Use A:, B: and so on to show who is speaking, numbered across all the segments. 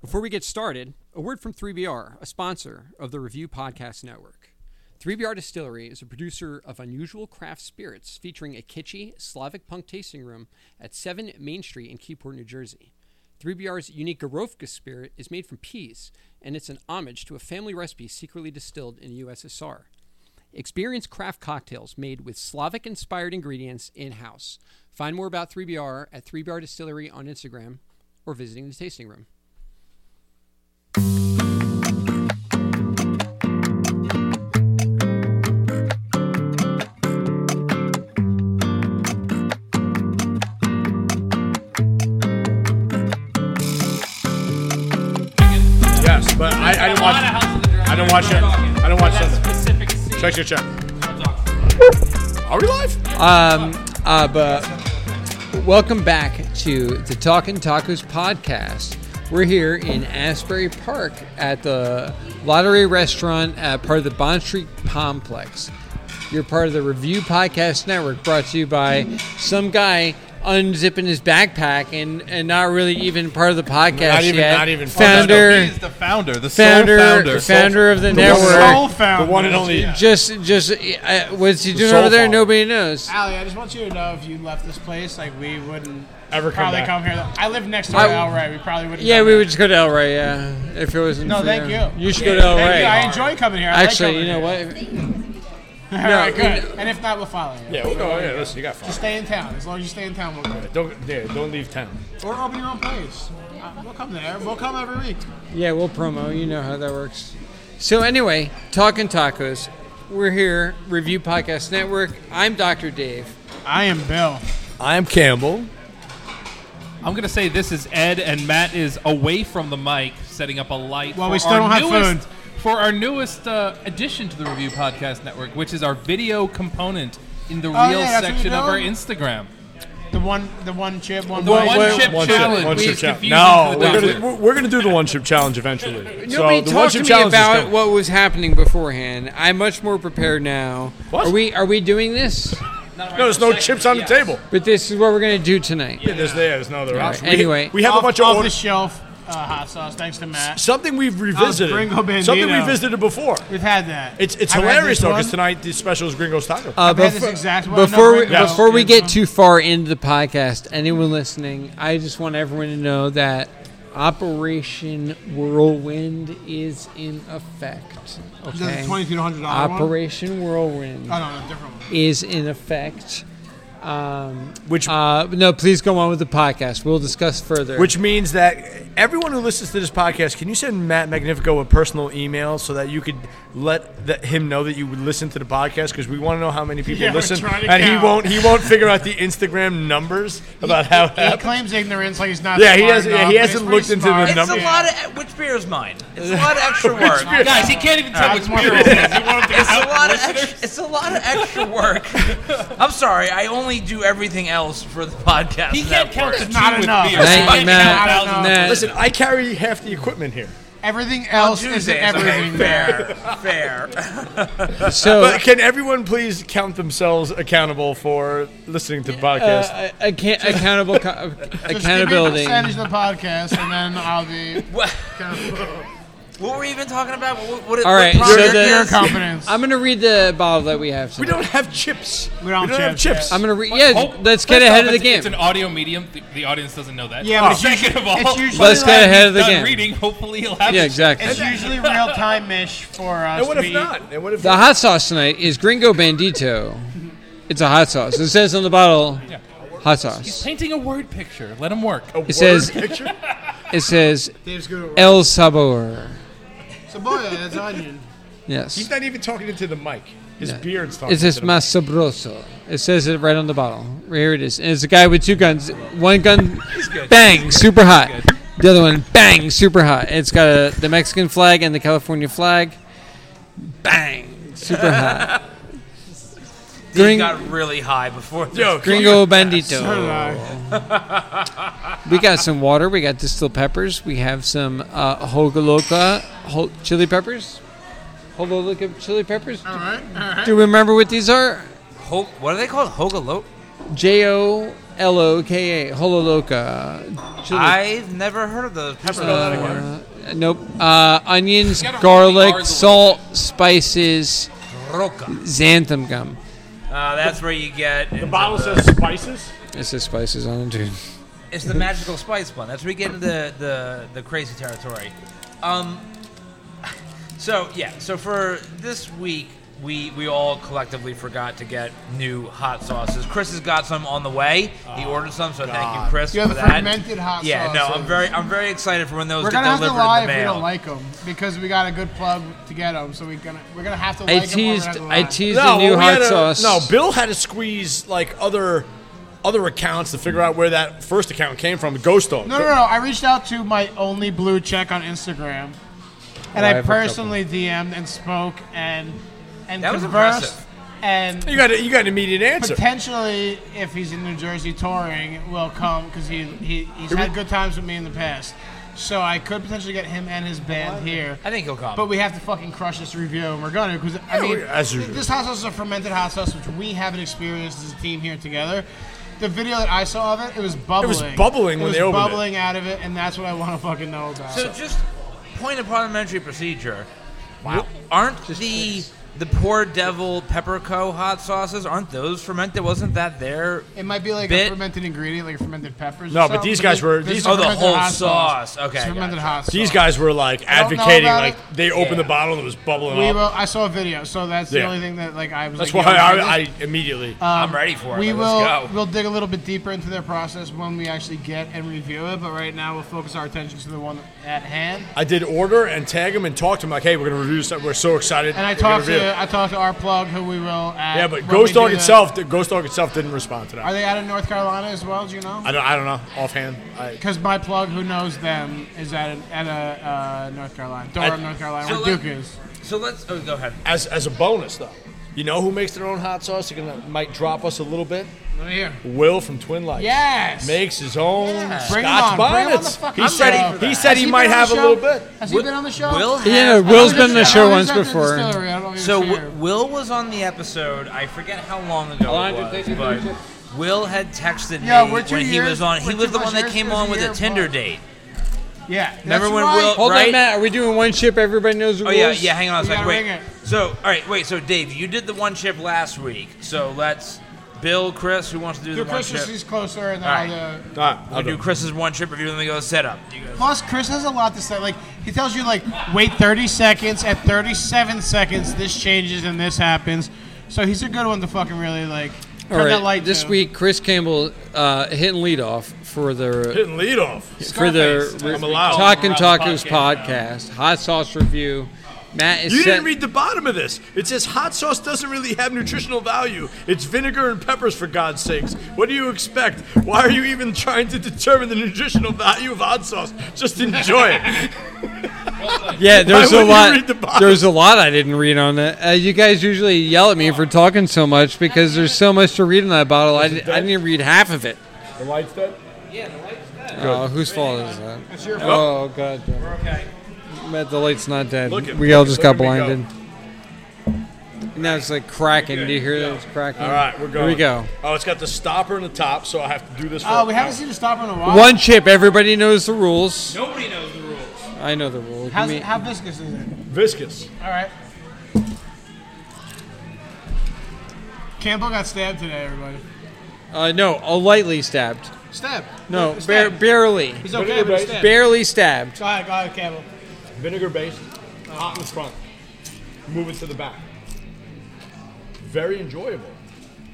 A: Before we get started, a word from 3BR, a sponsor of the Review Podcast Network. 3BR Distillery is a producer of unusual craft spirits featuring a kitschy Slavic punk tasting room at 7 Main Street in Keyport, New Jersey. 3BR's unique Gorovka spirit is made from peas, and it's an homage to a family recipe secretly distilled in the USSR. Experience craft cocktails made with Slavic inspired ingredients in house. Find more about 3BR at 3BR Distillery on Instagram or visiting the tasting room.
B: Yes, but I, I didn't watch. I didn't watch it. I didn't watch it. Check, check, check. Are we live?
A: Uh, but welcome back to the Talking Tacos podcast. We're here in Asbury Park at the Lottery Restaurant, at part of the Bond Street Complex. You're part of the Review Podcast Network, brought to you by some guy unzipping his backpack and, and not really even part of the podcast
B: Not even-
A: yet.
B: not even- Oh,
A: founder,
C: He is the founder, the
A: founder,
C: sole founder,
A: founder of the,
C: the
A: network.
C: sole founder,
B: The one and only.
A: Just, just uh, what's he doing
B: soul
A: over there?
B: father.
A: Nobody knows.
D: Allie, I just want you to know if you left this place, like we wouldn't
B: Ever come
D: probably
B: back.
D: come here. I live next door
A: I-
D: to Elray. We probably wouldn't.
A: Yeah,
D: come
A: we
D: here.
A: would just go to El Rey. Yeah, if it wasn't.
D: No,
A: for
D: thank
A: them.
D: you.
A: You should go to El
D: Thank you. I
A: Rey.
D: enjoy coming here. I like
A: Actually,
D: coming
A: you know
D: here.
A: what?
D: All right,
A: No,
D: good. and if not, we'll follow you.
B: Yeah, we'll go. Yeah, listen, you got fun.
D: Stay in town. As long as you stay in town, we'll go.
B: Don't, yeah, don't leave town.
D: Or open your own place. Uh, We'll come there. We'll come every week.
A: Yeah, we'll promo. You know how that works. So anyway, talking tacos. We're here, Review Podcast Network. I'm Dr. Dave.
D: I am Bill.
B: I'm Campbell.
C: I'm gonna say this is Ed, and Matt is away from the mic, setting up a light.
D: Well,
C: for
D: we still
C: our
D: don't have
C: newest,
D: food.
C: for our newest uh, addition to the Review Podcast Network, which is our video component in the
D: Oh, yeah,
C: real
D: that's what
C: section
D: you're
C: of our
D: doing?
C: Instagram.
D: The one, the one chip, one
C: The
D: bite.
C: one
A: wait,
C: chip
B: One
C: challenge.
B: chip, one
C: We
B: chip
C: just
B: challenge.
C: confused
B: No,
C: it with
B: we're
C: the
B: gonna, we're- we're gonna do the one chip challenge eventually.
A: Nobody
B: so the one
A: talked to
B: chip
A: me
B: challenge is
A: about
B: coming.
A: what was happening beforehand. I'm much more prepared now.
B: What?
A: Are we? Are we doing this?
B: No, there's no chips on the table.
A: But this is what we're gonna do tonight.
B: Yeah, there's, there's no other option. We-
A: anyway.
B: we have a
D: off,
B: bunch
D: off
B: of
D: the
B: orders.
D: shelf uh, hot sauce. Thanks to Matt.
B: Something we've revisited.
D: Gringo Bandito.
B: Something we visited before.
D: We've had that.
B: It's it's
D: I've had
B: hilarious
D: this
B: though
D: one.
B: because tonight the special is Gringo's Taco.
A: Uh,
D: I've had this
A: befo-
D: exact one.
A: before
D: No,
A: we,
D: Gringo.
A: before we
D: Gringo.
A: get too far into the podcast, anyone listening, I just want everyone to know that Operation Whirlwind is in effect.
D: Is that
A: Okay.
D: the twenty-two hundred dollar one?
A: Operation Whirlwind
D: Oh no, no, different one.
A: is in effect. Um,
B: Which-
A: uh, no, please go on with the podcast. We'll discuss further.
B: Which means that everyone who listens to this podcast, can you send Matt Magnifico a personal email so that you could let the, him know that you would listen to the podcast? Because we want to know how many people
D: Yeah, we're
B: listen,
D: trying to
B: and he
D: count.
B: won't he won't figure out the Instagram numbers about how. it
D: He
B: happened.
D: claims ignorance, like he's not.
B: Yeah, he
D: smart
B: hasn't- yeah,
D: enough,
B: he
D: but he's
B: hasn't
D: pretty
B: looked into the
D: smart.
B: numbers.
E: It's a lot of which beer is mine. It's a lot of extra work.
C: guys. He can't even tell
D: Uh,
C: which
D: it's one
C: beer
D: of
C: it
D: those
C: is. You want him to
E: It's a
C: out
E: lot of
C: listeners?
E: extra, it's a lot of extra work. I'm sorry, I only do everything else for the podcast.
C: He can't count the
E: Network.
C: two
D: not
C: with
D: enough.
C: beer.
E: Thank
C: He
E: you,
C: can't
A: Matt.
C: count thousands.
A: Matt.
B: Listen, I carry half the equipment here.
D: Everything
E: On
D: else is
E: Tuesdays, okay,
D: everything there.
E: fair, fair.
D: Uh,
A: so
B: But can everyone please count themselves accountable for listening to the podcast?
A: uh, account- accountable co- uh,
D: Just give me a
A: accountability.
D: percentage of the podcast, and then I'll be
E: What,
D: accountable.
E: what were we even talking about? What, what,
A: All
E: what
A: right, so
E: project
A: the-
D: your
E: is-
D: confidence.
A: I'm gonna read the bottle that we have.
B: we
A: Tonight.
B: don't have chips.
D: We don't have
B: have
D: chips,
B: chips.
A: I'm gonna read. Yeah,
C: Oh,
A: let's get
C: first
A: ahead
C: off,
A: of the
C: it's-
A: game.
C: It's an audio medium. The, the audience doesn't know that.
D: Yeah, but it's
C: second
D: usually-
C: of all,
D: it's usually
C: by
A: Let's
C: the
A: get
C: time
A: ahead
C: he's
A: of the
C: done
A: game.
C: Reading. Hopefully, he'll have
A: yeah,
C: it.
A: exactly.
D: it's usually real time ish for us.
B: and what
D: to
B: if
D: be-
B: not? And what if
A: The hot sauce tonight is Gringo Bandito. It's a hot sauce. It says on the bottle, hot sauce.
C: Painting a word picture. Let him work.
B: a word
A: says-
B: picture?
A: It says
D: Dave's good at
A: El Sabor.
D: Cebolla, that's onion.
B: He's
A: Yes.
B: not even talking into the mic. His beard's talking.
A: It says
B: into the mic.
A: Mas Sabroso. It says it right on the bottle. Here it is. And it's a guy with two guns. One gun, bang, super hot. The other one, bang, super hot. It's got a, the Mexican flag and the California flag. Bang, super hot.
E: He
A: Gring-
E: got really high before this.
B: Yo, can you-
A: Gringo Bandito. we got some water. We got distilled peppers. We have some uh, hogoloka ho- chili peppers. Hogoloka chili peppers.
D: All right, all right.
A: Do you remember what these are?
E: Ho- what are they called? Hogalope?
A: J O L O K A, Hololoka. chili-
E: I've never heard of the pepper. before.
A: uh, nope. Uh, onions,
C: gotta roll the
A: garlic,
C: R's a
A: salt, spices,
E: Uh, Roca.
A: xanthan gum.
E: Uh, that's where you get.
F: The bottle says spices.
A: It says spices on it, dude.
E: It's
D: Mm-hmm.
E: the magical spice one. That's where we get into the, the, the crazy territory. Um, so yeah, so for this week, we we all collectively forgot to get new hot sauces. Chris has got some on the way. He ordered some, so thank you, Chris.
D: Ah, You have
E: for
D: the
E: that.
D: fermented hot
E: Yeah, no, I'm
D: sauces.
E: very I'm very excited for when those
D: We're
E: get
D: gonna have to
E: delivered
D: lie
E: in the
D: if we
E: mail.
D: don't like them because we got a good plug to get them. So we're gonna we're gonna have to like
A: I
D: 'em or we're
A: teased,
D: gonna
A: I
D: lie.
A: teased
B: no,
A: a new
B: well, we had
A: hot
B: to-
A: sauce.
B: No, Bill had to squeeze like other other accounts to figure out where that first account came from. Ghost Dog.
D: No, no, no. I reached out to my only blue check on Instagram, and I,
A: Oh, have a
D: personally DM'd and spoke and and
E: That was
D: conversed
E: impressive.
D: and
B: You got a, you got an immediate answer.
D: potentially if he's in New Jersey touring will come because he, he he's had good times with me in the past. So I could potentially get him and his band here.
E: I think he'll come.
D: But we have to fucking crush this review, and we're gonna because I mean,
B: we- as usual.
D: this hot sauce is a fermented hot sauce, which we haven't experienced as a team here together. The video that I saw of it, it was bubbling.
B: bubbling
D: It
B: when
D: was
B: they opened it.
D: bubbling out of it, and that's what I want to fucking know about.
E: so just point of parliamentary procedure. Wow. Aren't the the poor devil pepperco hot sauces? Aren't those fermented? Wasn't that there?
D: it might be like
E: Bit-
D: a fermented ingredient, like fermented peppers. or
B: No, but
D: something,
B: these guys
D: this-
B: were-
D: this
B: these-
D: is
B: Oh,
E: the
D: fermented
E: whole
D: hot
E: sauce. Okay,
D: It's fermented
E: gotcha.
D: hot sauce.
B: These guys were like
D: don't know
B: advocating,
D: about
B: like
D: it.
B: they opened the bottle and it was bubbling
D: We
B: up.
D: will. I saw a video, so that's
B: Yeah.
D: the only thing that like I was.
B: That's
D: like,
B: why
D: yeah,
B: I,
D: this-
B: I immediately.
D: Uh,
E: I'm ready for it.
D: Um, We
E: Let's
D: will.
E: go.
D: We'll dig a little bit deeper into their process when we actually get and review it. But right now, we'll focus our attention to the one at hand.
B: I did order and tag him and talk to him like, hey, we're gonna review this. We're so excited.
D: And I
B: we're gonna
D: talked
B: review it."
D: to I talked to our plug, who we will. At,
B: Yeah, but
D: when we
B: Ghost
D: do
B: Dog
D: the-
B: itself, the Ghost Dog itself didn't respond to that.
D: Are they out of North Carolina as well? Do you know?
B: I don't, I don't know offhand. I,
D: Because my plug, who knows them, is at a, at a uh, North Carolina, Durham, North Carolina,
E: So
D: where
E: let-
D: Duke is.
E: So let's. Oh, go ahead.
B: as as a bonus though, you know who makes their own hot sauce? They're gonna might drop us a little bit.
D: Let me hear.
B: Will from Twin Lights.
D: Yes.
B: Makes his own
D: Bring him
B: Scotch
D: on. Bring him on the
B: bonnets.
D: fucking
B: He
D: I'm
B: said
D: ready
B: he,
D: for
B: he
D: that.
B: said
D: Has
B: he
D: been
B: might
D: on the
B: have a
D: show?
B: little bit.
D: Has he been on the show?
E: Will has
A: Yeah,
D: Oh,
A: Will's
D: he's
A: been on the
D: at-
A: show
D: oh,
A: once
D: he's at the
A: before.
D: distillery. I don't know if he's
E: So
D: here.
E: w- Will was on the episode. I forget how long ago it was, but Will had texted
D: Yeah,
E: me
D: we're
E: when
D: two
E: he
D: years-
E: was on. He
D: we're
E: was
D: two
E: the
D: plus
E: one that
D: years
E: came
D: is
E: on
D: a
E: with a
D: year
E: Tinder
D: apart.
E: date.
D: yeah,
E: Remember
D: that's
E: when
D: right.
E: Will-
A: Hold
E: Right?
A: on, Matt. Are we doing one ship? Everybody knows the
E: Oh
A: rules.
E: yeah, yeah. Hang on a
D: We
E: second.
D: gotta ring
E: Wait.
D: it.
E: So all right, wait. So Dave, you did the one chip last week. So let's Bill, Chris, who wants to do
D: Do
E: the one
D: Chris's
E: chip?
D: is closer, and then
E: Alright.
D: I'll, uh,
B: All right, I'll
E: We
B: do
E: do
B: it.
E: Chris's one chip review, and then we go setup. You guys-
D: Plus, Chris has a lot to say. Like, he tells you, like, wait 30 seconds. At 37 seconds, this changes and this happens. So he's a good one to fucking really, like,
A: All
D: turn
A: right.
D: that light
A: this
D: to.
A: week, Chris Campbell uh, hitting lead off for the
B: Hitting lead off.
A: for the re-
B: I'm allowed.
A: Talk
F: Around
A: and
F: the
A: Tacos
F: podcast.
A: podcast, hot sauce review. Matt is
B: You
A: set-
B: didn't read the bottom of this. It says hot sauce doesn't really have nutritional value. It's vinegar and peppers, for God's sakes. What do you expect? Why are you even trying to determine the nutritional value of hot sauce? Just enjoy it.
A: Yeah, there's a
B: wouldn't you
A: lot.
B: read the bottom?
A: there's a lot I didn't read on it. Uh, you guys usually yell at me for talking so much because there's so much to read in that bottle. I, di- I didn't even read half of it.
B: The light's dead.
A: Oh, whose fault is that?
D: It's your fault.
A: Oh god. damn it.
E: Okay.
A: Matt, the light's not dead.
B: Look at-
A: we all
B: look at-
A: just
B: look
A: got
B: at me go.
A: blinded. Now it's like cracking. Do you hear that? It's cracking.
B: All right, we're going.
A: Here we go.
B: Oh, it's got the stopper in the top, so I have to do this. for
D: Oh, we haven't seen a stopper in a while.
A: One chip. Everybody knows the rules.
E: Nobody knows the rules.
A: I know the rules.
D: How's,
A: Give me-
D: how viscous is it?
B: viscous.
D: All right. Campbell got stabbed today, everybody.
A: uh, no, a lightly stabbed.
D: Stabbed.
A: No,
D: Stabbed.
A: bar- barely,
D: He's okay, but he's stabbed.
A: barely stabbed.
D: Go ahead, go ahead, Campbell.
B: Vinegar based, hot in the front. Move it to the back. Very enjoyable.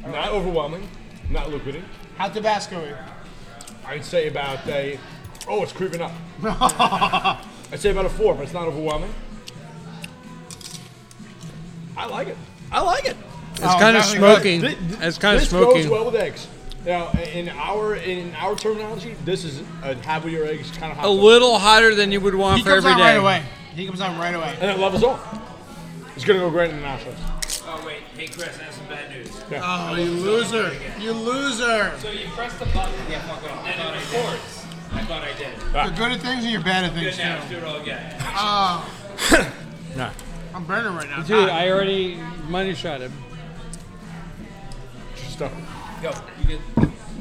B: Not overwhelming. Not liquidy.
D: How Tabasco it?
B: I'd say about a. Oh, it's creeping up. I'd say about a four, but it's not overwhelming. I like it. I like it.
A: It's kind of
D: Oh, exactly right.
A: smoking.
B: Thi- thi-
A: It's kind of
B: this
A: smoking.
B: goes well with eggs. Now, in our in our terminology, this is a have with your eggs kind of hot.
A: a
B: sauce.
A: little hotter than you would want
D: He
A: for
D: comes
A: every
D: on
A: day.
D: right away. He comes on right away.
B: and I love us all. It's gonna go great in the nachos.
E: Oh wait. Hey Chris, I have some bad news.
D: Oh, you loser. You loser.
C: So you press the button and it records. I thought I did.
D: You're good at things and you're bad at things,
C: Now,
D: too.
C: do it all again.
D: I'm burning right now. Uh,
A: Dude, I already money shot him.
B: Stuff.
E: Go. You get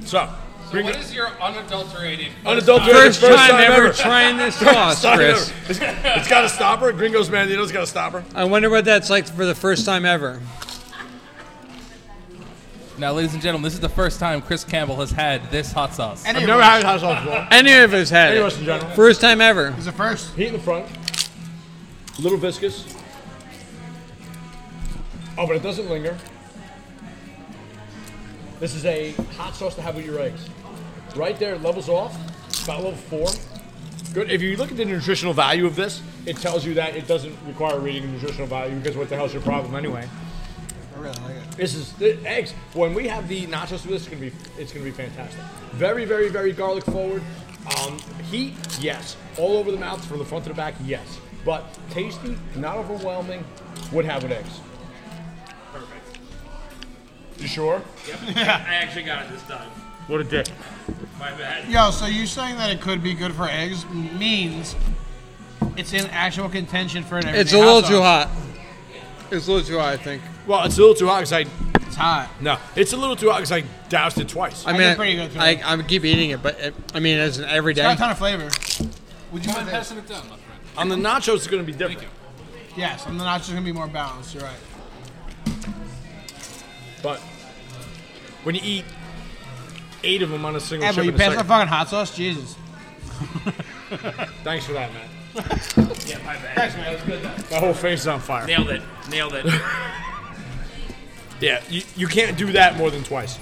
B: So, Bring
C: what
B: it-
C: is your unadulterated?
B: Unadulterated
A: First,
B: first
A: time,
B: time
A: ever
B: ever.
A: trying this sauce,
B: Stop it.
A: Chris.
B: It's- it's got a stopper. Gringos Mandino's got a stopper.
A: I wonder what that's like for the first time ever.
C: Now, ladies and gentlemen, this is the first time Chris Campbell has had this hot sauce.
D: And
B: I've
D: it
B: never had hot sauce before.
A: Any of us had
B: Any
A: it.
B: of us in general.
A: First time ever.
D: was the first.
B: Heat in the front. A little viscous. Oh, but it doesn't linger. This is a hot sauce to have with your eggs. Right there, it levels off. About level four. Good. If you look at the nutritional value of this, it tells you that it doesn't require reading the nutritional value because what the hell's your problem anyway?
D: I really like it.
B: This is the eggs. When we have the nachos with this, it's gonna be it's gonna be fantastic. Very, very, very garlic forward. Um, heat, yes. All over the mouth from the front to the back, yes. But tasty, not overwhelming. Would have with eggs.
E: Perfect.
B: You sure?
E: I actually got it this time.
B: What a dick.
E: My bad.
D: Yo, so you saying that it could be good for eggs means it's in actual contention for an
A: It's a
D: everything
A: little
D: hot
A: too
D: sauce.
A: hot. It's a little too hot, I think.
B: Well, it's a little too hot because I
D: It's hot.
B: no, it's a little too hot because I doused it twice.
A: I
D: I
A: mean,
D: get pretty good feeling.
A: I, I keep eating it, but it, I mean, as an
D: It's got
A: everyday.
D: a ton of flavor.
C: Would you mind passing it down, my friend?
B: On the nachos, it's gonna be different.
D: Yes, and the nachos are gonna be more balanced. You're right.
B: But when you eat eight of them on a single
D: Hey, but
B: chip,
D: you
B: in a
D: passed my
B: second-
D: fucking hot sauce, Jesus.
B: thanks for that, man.
E: Yeah, my bad.
B: My whole face is on fire.
E: Nailed it. Nailed it.
B: Yeah, you, you can't do that more than twice.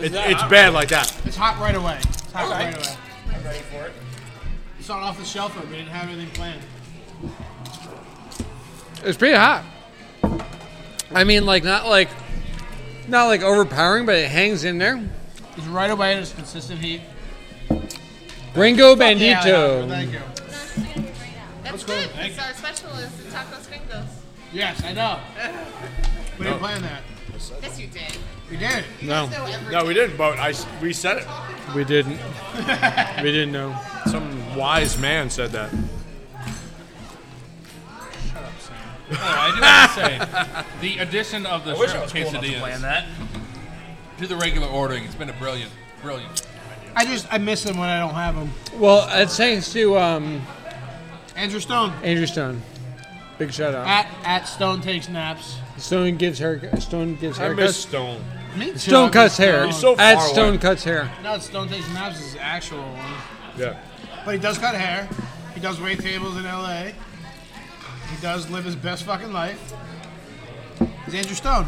B: It, it's bad like that.
D: It's hot right away. It's hot
E: Alright.
D: right away.
E: I'm ready for it.
D: It's not off the shelf, but we didn't have anything planned.
A: It's pretty hot. I mean, like not like, not like overpowering, but it hangs in there.
D: It's right away and it's consistent heat.
A: Ringo
D: Yeah, Alejandro,
A: Bandito.
D: thank you.
G: That's good. It's our special is the tacos gringos.
D: Yes, I know. we didn't plan that.
G: Yes, you did.
D: We did.
A: No,
G: So every
B: No, we didn't, but I, s- we said it.
A: we didn't. we didn't know.
B: Some wise man said that.
C: I do have to say, the addition of the
E: I wish
C: shrimp
E: I was cool enough to plan
C: quesadillas
E: that.
C: to the regular ordering, it's been a brilliant, brilliant.
D: I just I miss them when I don't have them.
A: Well, that's thanks to um,
D: Andrew Stone
A: Andrew Stone. Big shout out.
D: at at Stone takes naps.
A: Stone gives her. Stone gives
B: I
A: her.
B: miss Stone.
D: Me too. I
A: Stone
D: miss
A: cuts hair.
D: Stone.
B: so
A: Add
B: far away.
A: Stone cuts hair.
D: No, it's Stone takes naps is his actual one.
B: Yeah.
D: But he does cut hair. He does wait tables in L.A. He does live his best fucking life. He's Andrew Stone.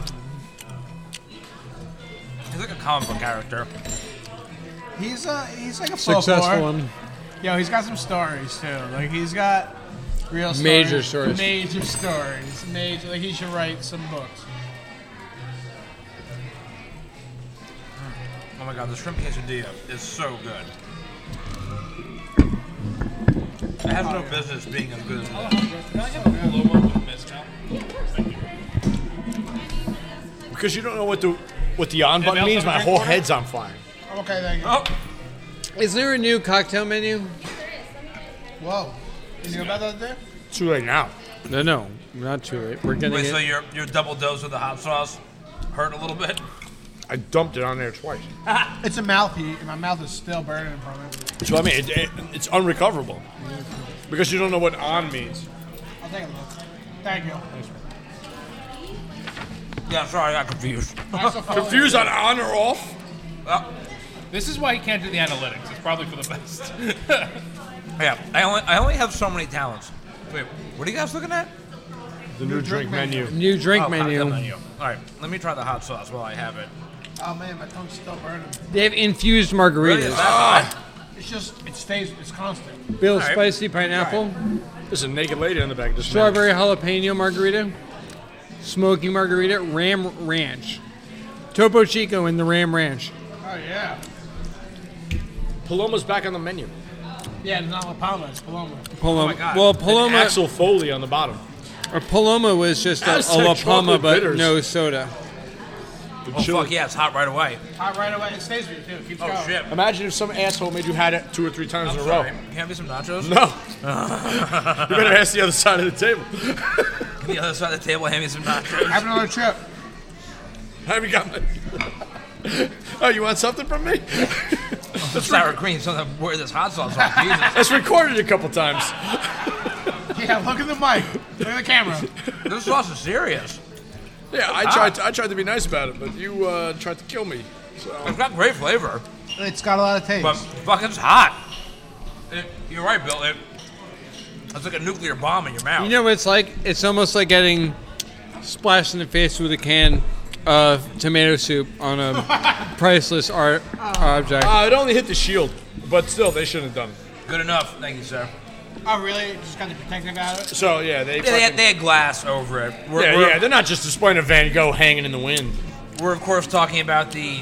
E: He's like a comic book character.
D: He's a he's like a
A: Successful
D: folklore.
A: one.
D: Yo, he's got some stories too. Like he's got real stories.
A: Major stories.
D: Major stories. Major. Like he should write some books.
E: Oh my god, the shrimp quesadilla is so good. I have no business being as good as this.
B: Because you don't know what the what the on button means, my whole head's on fire.
D: Okay, thank you.
E: Oh,
A: Is there a new cocktail menu?
D: Whoa. Is he about that there?
B: It's too late now.
A: No, no, not too late. We're getting
E: wait,
A: it.
E: so your your double dose of the hot sauce hurt a little bit?
B: I dumped it on there twice.
D: It's a mouth heat, and my mouth is still burning from it.
B: So I mean, it, it, it's unrecoverable because you don't know what on means.
D: I'll take a look. Thank you.
E: Yeah, sorry, I got confused.
D: That's a
E: Oh.
D: follow-
B: Confused on on or off?
C: This is why he can't do the analytics. It's probably for the best.
E: Yeah, I only I only have so many talents. Wait, what are you guys looking at?
B: The new drink menu.
A: New drink
E: Oh, cocktail
A: menu.
E: menu. All right, let me try the hot sauce while I have it.
D: Oh man, my tongue's still burning.
A: They've infused
E: Really, is
A: margaritas.
E: that hot?
D: It's just, it stays, it's constant.
A: Bill
E: right.
A: spicy pineapple,
B: There's a naked lady on the back of this. menu.
A: strawberry jalapeno margarita, smoky margarita, ram ranch, Topo Chico in the ram ranch.
D: Oh yeah.
B: Paloma's back on the menu.
D: Yeah, it's not La Palma, it's Paloma.
A: Paloma.
E: Oh God.
A: well,
B: Paloma.
A: Paloma
B: Axel Foley on the bottom.
E: Oh,
A: or Paloma was just a, a
B: Aztec
A: La
B: chocolate
A: Palma, but
B: bitters.
A: no soda.
B: The
E: Oh
B: chili.
E: fuck yeah, it's hot right away.
D: Hot right away, it stays with you too, keeps
E: Oh
D: going.
E: shit.
B: Imagine if some asshole made you had it two or three times
E: I'm
B: in a
E: sorry.
B: row.
E: Can I have me some nachos?
B: No. you better ask the other side of the table.
E: On the other side of the table, hand me some nachos.
D: Have another trip.
B: Have you got my... Oh, you want something from me?
E: sour cream. Something where this hot sauce on. Jesus,
B: That's recorded a couple times.
D: Yeah, look at the mic. Look at the camera.
E: this sauce is serious.
B: Yeah, I tried. To, I tried to be nice about it, but you uh, tried to kill me. So
E: It's got great flavor,
D: It's got a lot of taste.
E: but fucking it's hot. It- you're right, Bill. It, it's like a nuclear bomb in your mouth.
A: You know what it's like? It's almost like getting splashed in the face with a can of tomato soup on a priceless art
E: Oh.
A: object.
B: uh, it only hit the shield, but still, they shouldn't have done. it.
E: Good enough. Thank you, sir.
D: oh, really? Just got to be protective about it.
B: So yeah, they.
E: Yeah, they had,
B: fucking-
E: they had glass over it. We're,
B: yeah,
E: we're,
B: yeah, they're not just displaying a Van Gogh hanging in the wind.
E: we're of course talking about the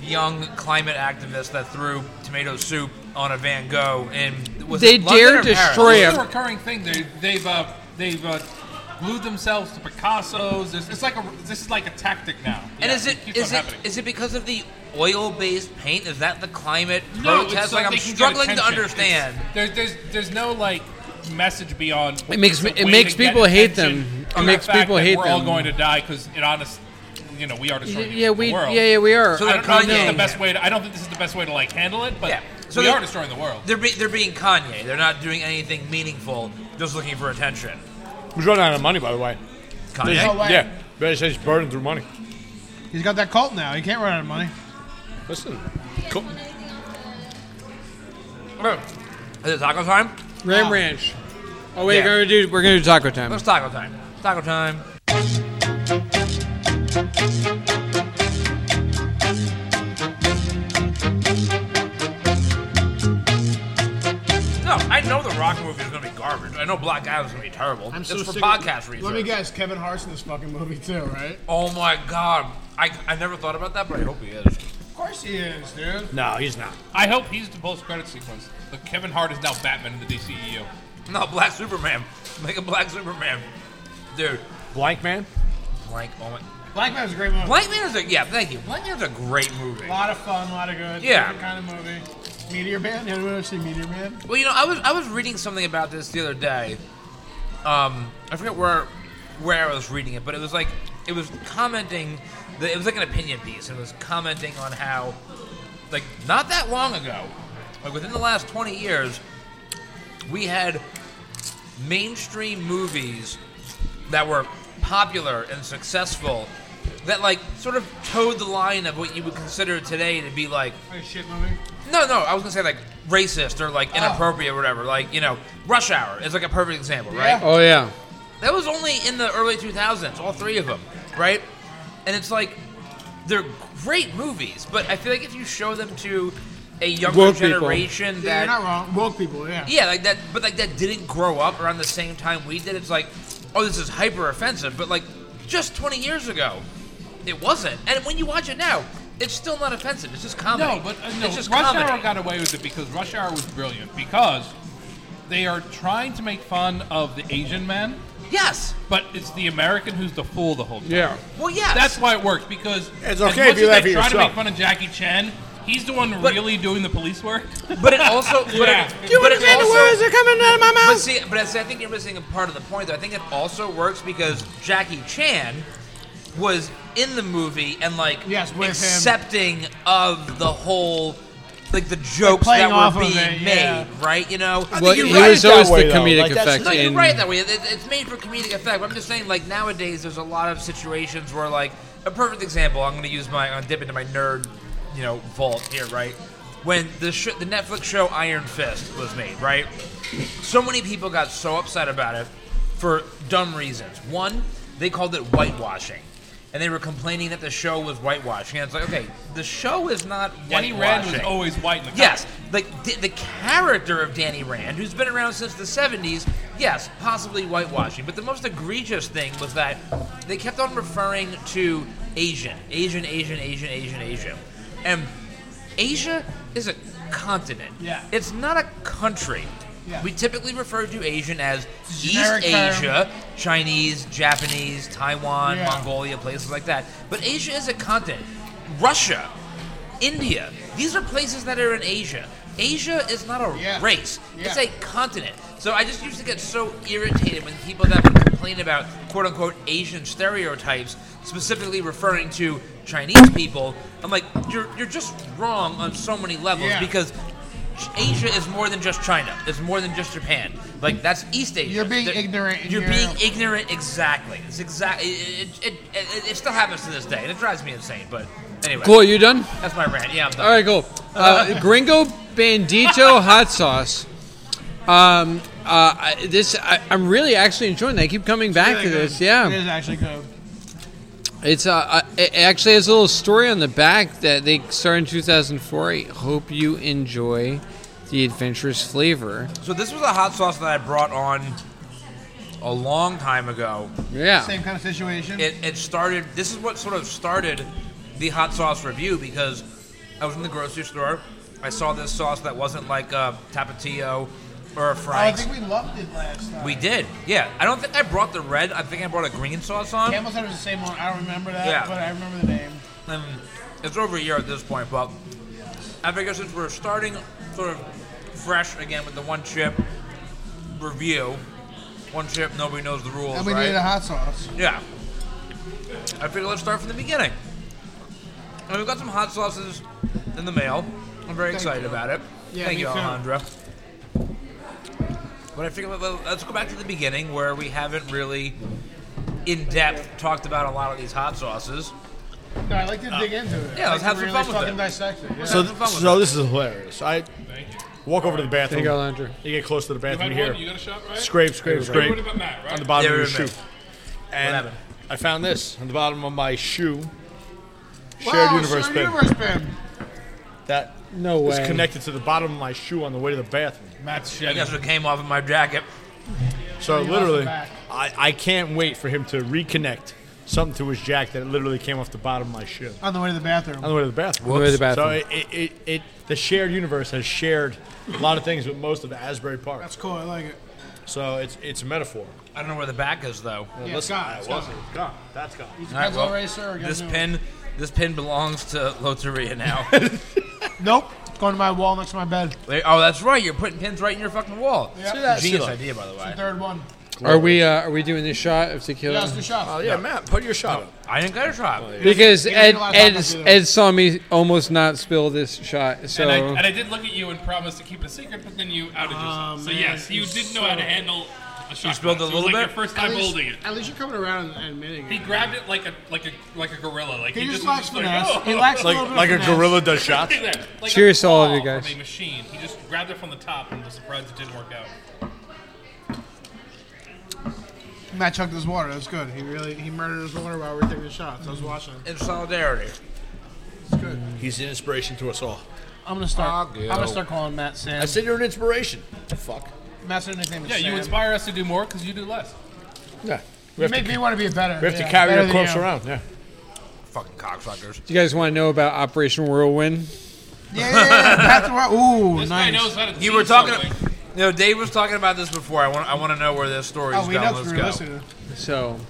E: young climate activist that threw tomato soup on a Van Gogh and was
A: They
E: it London
A: dared
E: or Paris?
A: destroy
C: It's
A: him.
C: a recurring thing. They, they've uh, they've uh, glued themselves to Picasso's. It's, it's like a this is like a tactic now.
E: And
C: Yeah,
E: is it
C: keeps
E: is
C: on
E: it
C: happening.
E: is it because of the oil-based paint? Is that the climate
C: no,
E: protest?
C: it's so
E: like
C: they
E: I'm
C: can get
E: struggling to
C: attention. It's-
E: understand.
C: There's there's there's no like message beyond.
A: It makes
C: it's
A: me- it
C: a way
A: makes
C: to get
A: people hate
C: attention
A: them. It
C: to the
A: makes
C: fact
A: people
C: that
A: hate
C: We're all
A: them.
C: going to die because it honest, you know, we are destroying
A: yeah,
C: the
A: we yeah
C: world.
A: yeah we are.
E: So
C: I
E: they're
C: don't know if this is
E: Kanye.
C: the best way. To, I don't think this is the best way to like handle it, but
E: Yeah. So
C: we
E: they-
C: are destroying the world.
E: They're be, they're being Kanye. They're not doing anything meaningful. Just looking for attention.
B: Who's running out of money, by the way?
E: Kanye.
D: No way.
B: Yeah, but it's just burning through money.
D: He's got that cult now. He can't run out of money.
B: Listen,
G: Cool.
E: Is it taco time?
A: Ram Ranch. Oh wait,
E: Yeah.
A: we're gonna do we're gonna do taco time.
E: It's taco time. Taco time. No, I know the Rock movie is gonna be garbage. I know Black Adam's gonna be terrible. it's for podcast reasons.
D: guess. Kevin Hart's in this fucking movie too, right?
E: Oh my god. I, I never thought about that, but I hope he is.
D: Of course he is, dude.
B: no, he's not.
C: I hope he's the post credit sequence. Look, Kevin Hart is now Batman in the E DCEU.
E: No, Black Superman. Make a Black Superman. Dude,
B: Blank man.
E: Blank oh my
D: Black Man's a great movie.
E: Blank Man is a yeah, thank you. Blank Man's a great movie.
D: A lot of fun, a lot of good.
E: Yeah.
D: Different kind of movie. Meteor Man. Anyone ever see Meteor Man?
E: Well, you know, I was I was reading something about this the other day. Um, I forget where where I was reading it, but it was like it was commenting. That, it was like an opinion piece, and it was commenting on how, like, not that long ago, like within the last twenty years, we had mainstream movies that were popular and successful that like sort of towed the line of what you would consider today to be like
D: Like a shit movie.
E: no, no, I was gonna say like racist or
C: Oh.
E: like inappropriate or whatever. Like you know, Rush Hour is like a perfect example, right?
A: Oh yeah.
E: That was only in the early 2000s, all three of them, right? And it's like they're great movies, but I feel like if you show them to a younger
A: Woke people.
E: generation
D: Yeah,
E: that
D: you're not wrong. Woke people, yeah.
E: yeah, like that, but like that didn't grow up around the same time we did. It's like, oh, this is hyper offensive, but like just 20 years ago, it wasn't. And when you watch it now, it's still not offensive. It's just comedy.
C: No, but uh, no,
E: it's just
C: Rush
E: comedy.
C: Hour got away with it because Rush Hour was brilliant because they are trying to make fun of the Asian man,
E: yes.
C: but it's the American who's the fool the whole time.
A: Yeah.
E: Well, yes.
C: That's why it works because
B: It's
C: as
B: okay
C: much
B: if you
C: as
B: laugh
C: they
B: at
C: try to
B: yourself.
C: make fun of Jackie Chan. He's the one
E: But-
C: really doing the police work.
E: But it also, but
C: Yeah.
E: it, but it also,
A: are coming out of my
E: but see, but I see- I think you're missing a part of the point. Though I think it also works because Jackie Chan was in the movie and like
D: Yes, with him.
E: accepting of the whole. Like the jokes
D: playing
E: that
D: off
E: were
D: of
E: being
D: it,
E: made,
D: yeah.
E: right? You know,
A: Well,
B: you're
A: he
B: right
A: was
B: that
A: always
B: way,
A: the
B: though.
A: comedic
B: Like, that's-
A: effect.
E: No, you're
A: in-
E: right that way. It, it- it's made for comedic effect. But I'm just saying, like nowadays, there's a lot of situations where, like, a perfect example. I'm going to use my, I'm gonna dip into my nerd, you know, vault here, right? When the sh- the Netflix show Iron Fist was made, right? So many people got so upset about it for dumb reasons. One, they called it whitewashing. And they were complaining that the show was whitewashing. And it's like, okay, the show is not
C: Danny
E: whitewashing.
C: Rand was always white in the
E: Yes, the, the the character of Danny Rand, who's been around since the 70s, yes, possibly whitewashing. But the most egregious thing was that they kept on referring to Asian, Asian, Asian, Asian, Asian, Asian. And Asia is a continent.
D: Yeah.
E: It's not a country.
D: Yeah.
E: We typically refer to Asian as
D: generic
E: East
D: term.
E: Asia, Chinese, Japanese, Taiwan,
D: Yeah.
E: Mongolia, places like that. But Asia is a continent. Russia, India. These are places that are in Asia. Asia is not a
D: Yeah.
E: race. It's
D: Yeah.
E: a continent. So I just used to get so irritated when people that would complain about quote unquote Asian stereotypes, specifically referring to Chinese people. I'm like, you're you're just wrong on so many levels
D: Yeah.
E: because Ch- Asia is more than just China. It's more than just Japan. Like that's East Asia.
D: You're being
E: There-
D: ignorant in
E: You're
D: your-
E: being ignorant. Exactly. It's exactly. It, it, it, it still happens to this day, and it drives me insane. But anyway,
A: Cool, you done?
E: that's my rant. Yeah, I'm done.
A: All right, cool. Uh, Gringo Bandito hot sauce. Um, uh, I- this I, I'm really actually enjoying. That. I keep coming back
D: Really
A: to
D: good.
A: this. Yeah,
D: It is actually good.
A: It's uh, uh, it actually has a little story on the back that they started in 2004. I hope you enjoy the adventurous flavor.
E: So this was a hot sauce that I brought on a long time ago.
A: Yeah,
D: Same kind of situation.
E: It, it started. This is what sort of started the hot sauce review because I was in the grocery store. I saw this sauce that wasn't like a tapatio or
D: Oh,
E: a
D: I
E: Frank's.
D: think we loved it last time.
E: we did, yeah. I don't think I brought the red. I think I brought a green sauce on.
D: Campbell said it was the same one. I don't remember that,
E: Yeah.
D: but I remember the name.
E: Um, it's over a year at this point, but I figure since we're starting sort of fresh again with the one chip review, one chip, nobody knows the rules,
D: And we
E: right?
D: needed a hot sauce.
E: Yeah. I figured let's start from the beginning. And we've got some hot sauces in the mail. I'm very excited about it.
D: Yeah,
E: Thank
D: me
E: you,
D: too.
E: Alejandra. But I figured let- let's go back to the beginning where we haven't really in depth talked about a lot of these hot sauces.
D: No, I like to dig into it.
E: Uh, yeah,
D: I
E: let's
D: like to
E: have some
D: really
E: fun with
D: fucking
E: it.
D: Dissect it. yeah.
B: So,
E: Have fun with
B: so this is hilarious. I walk over to the bathroom.
A: Thank you, Alejandro.
B: You get close to the
C: You
B: bathroom
C: had
B: here.
C: one. You got a shot, right?
B: Scrape, scrape,
C: What
B: scrape.
C: about Matt, right?
B: On the bottom
E: Yeah,
B: of your
E: wait a
B: shoe. And
E: happened?
B: I found this on the bottom of my shoe. Shared
D: Wow,
B: universe
D: shared
B: bin.
D: universe bin.
B: That
A: no
B: was connected to the bottom of my shoe on the way to the bathroom.
D: Matt's
E: I
D: shit.
E: guess what came off of my jacket.
B: So
D: lost
B: literally,
D: it back.
B: I, I can't wait for him to reconnect something to his jack that literally came off the bottom of my shoe
D: On the way to the bathroom.
B: on the way to the bathroom.
A: On the way to the bathroom.
B: So it, it, it, it the shared universe has shared a lot of things with most of Asbury Park.
D: That's cool. I like it.
B: so it's it's a metaphor. Ah,
E: I don't know where the back is though.
D: Yeah, it's gone. It's gone.
B: It's gone. That's gone.
D: Use a
E: All right,
D: pencil
E: well,
D: eraser or get a
E: this
D: new one.
E: pin, this pin belongs to Loteria now.
D: Nope. It's going to my wall next to my bed.
E: Wait, oh, that's right. You're putting pins right in your fucking wall.
D: Yeah. See
B: that,
E: Genius
B: Sheila?
E: idea, by the way.
D: Third one.
A: Are we uh, are we doing this shot of
D: Yeah, let's
A: tequila?
D: do shots.
B: Oh yeah, Matt, put your shot up.
E: I didn't get a shot.
A: Because
D: You make
A: Ed
D: a lot of
A: Ed,
D: comments, you know.
A: Ed saw me almost not spill this shot, so
C: And I, and I did look at you and promised to keep it a secret, but then you outed yourself. so
D: man,
C: yes, you
D: you
C: did know how to
D: suck.
C: handle a shot.
E: spilled
C: glass.
E: a little
C: it was like
E: bit?
C: Your first time holding it.
D: At least you're coming around and admitting
C: He grabbed it like a like a like a gorilla. Like
D: He,
C: he,
D: just
C: was
D: lacks
C: like,
D: finesse.
C: "Oh."
D: He lacks
B: Like
D: a little bit
B: like a
D: of finesse.
B: gorilla does shots.
C: Look at that. Like a
A: Cheers to all of you
C: claw
A: guys.
C: From a machine. He just grabbed it from the top and was surprised it didn't work out.
D: Matt chugged his water. That's good. He really he murdered his water while we were taking the shots. I was watching.
E: In solidarity.
D: It's good.
B: He's an inspiration to us all.
D: I'm gonna start.
E: Ah, go.
D: I'm gonna start calling Matt Sam.
B: I said you're an inspiration. Fuck.
D: Matt's new nickname is
C: Yeah,
D: Sam.
C: you inspire us to do more because you do less.
B: Yeah. We
D: You
B: have,
D: make
B: to,
D: me want to be better.
B: we have
D: Yeah,
B: to carry
D: better
B: our
D: than
B: corpse
D: you.
B: around. Yeah.
E: Fucking cocksuckers.
A: do you guys want to know about Operation Whirlwind?
D: Yeah, yeah, yeah. Back to our- Ooh,
C: This guy
D: nice.
C: knows how to.
E: You
C: tease
E: were talking.
C: something.
E: You know, Dave was talking about this before. I want. I want to know where this story's
D: Oh, we
E: going.
D: know
E: Let's
D: through
E: go.
D: listening.
A: So,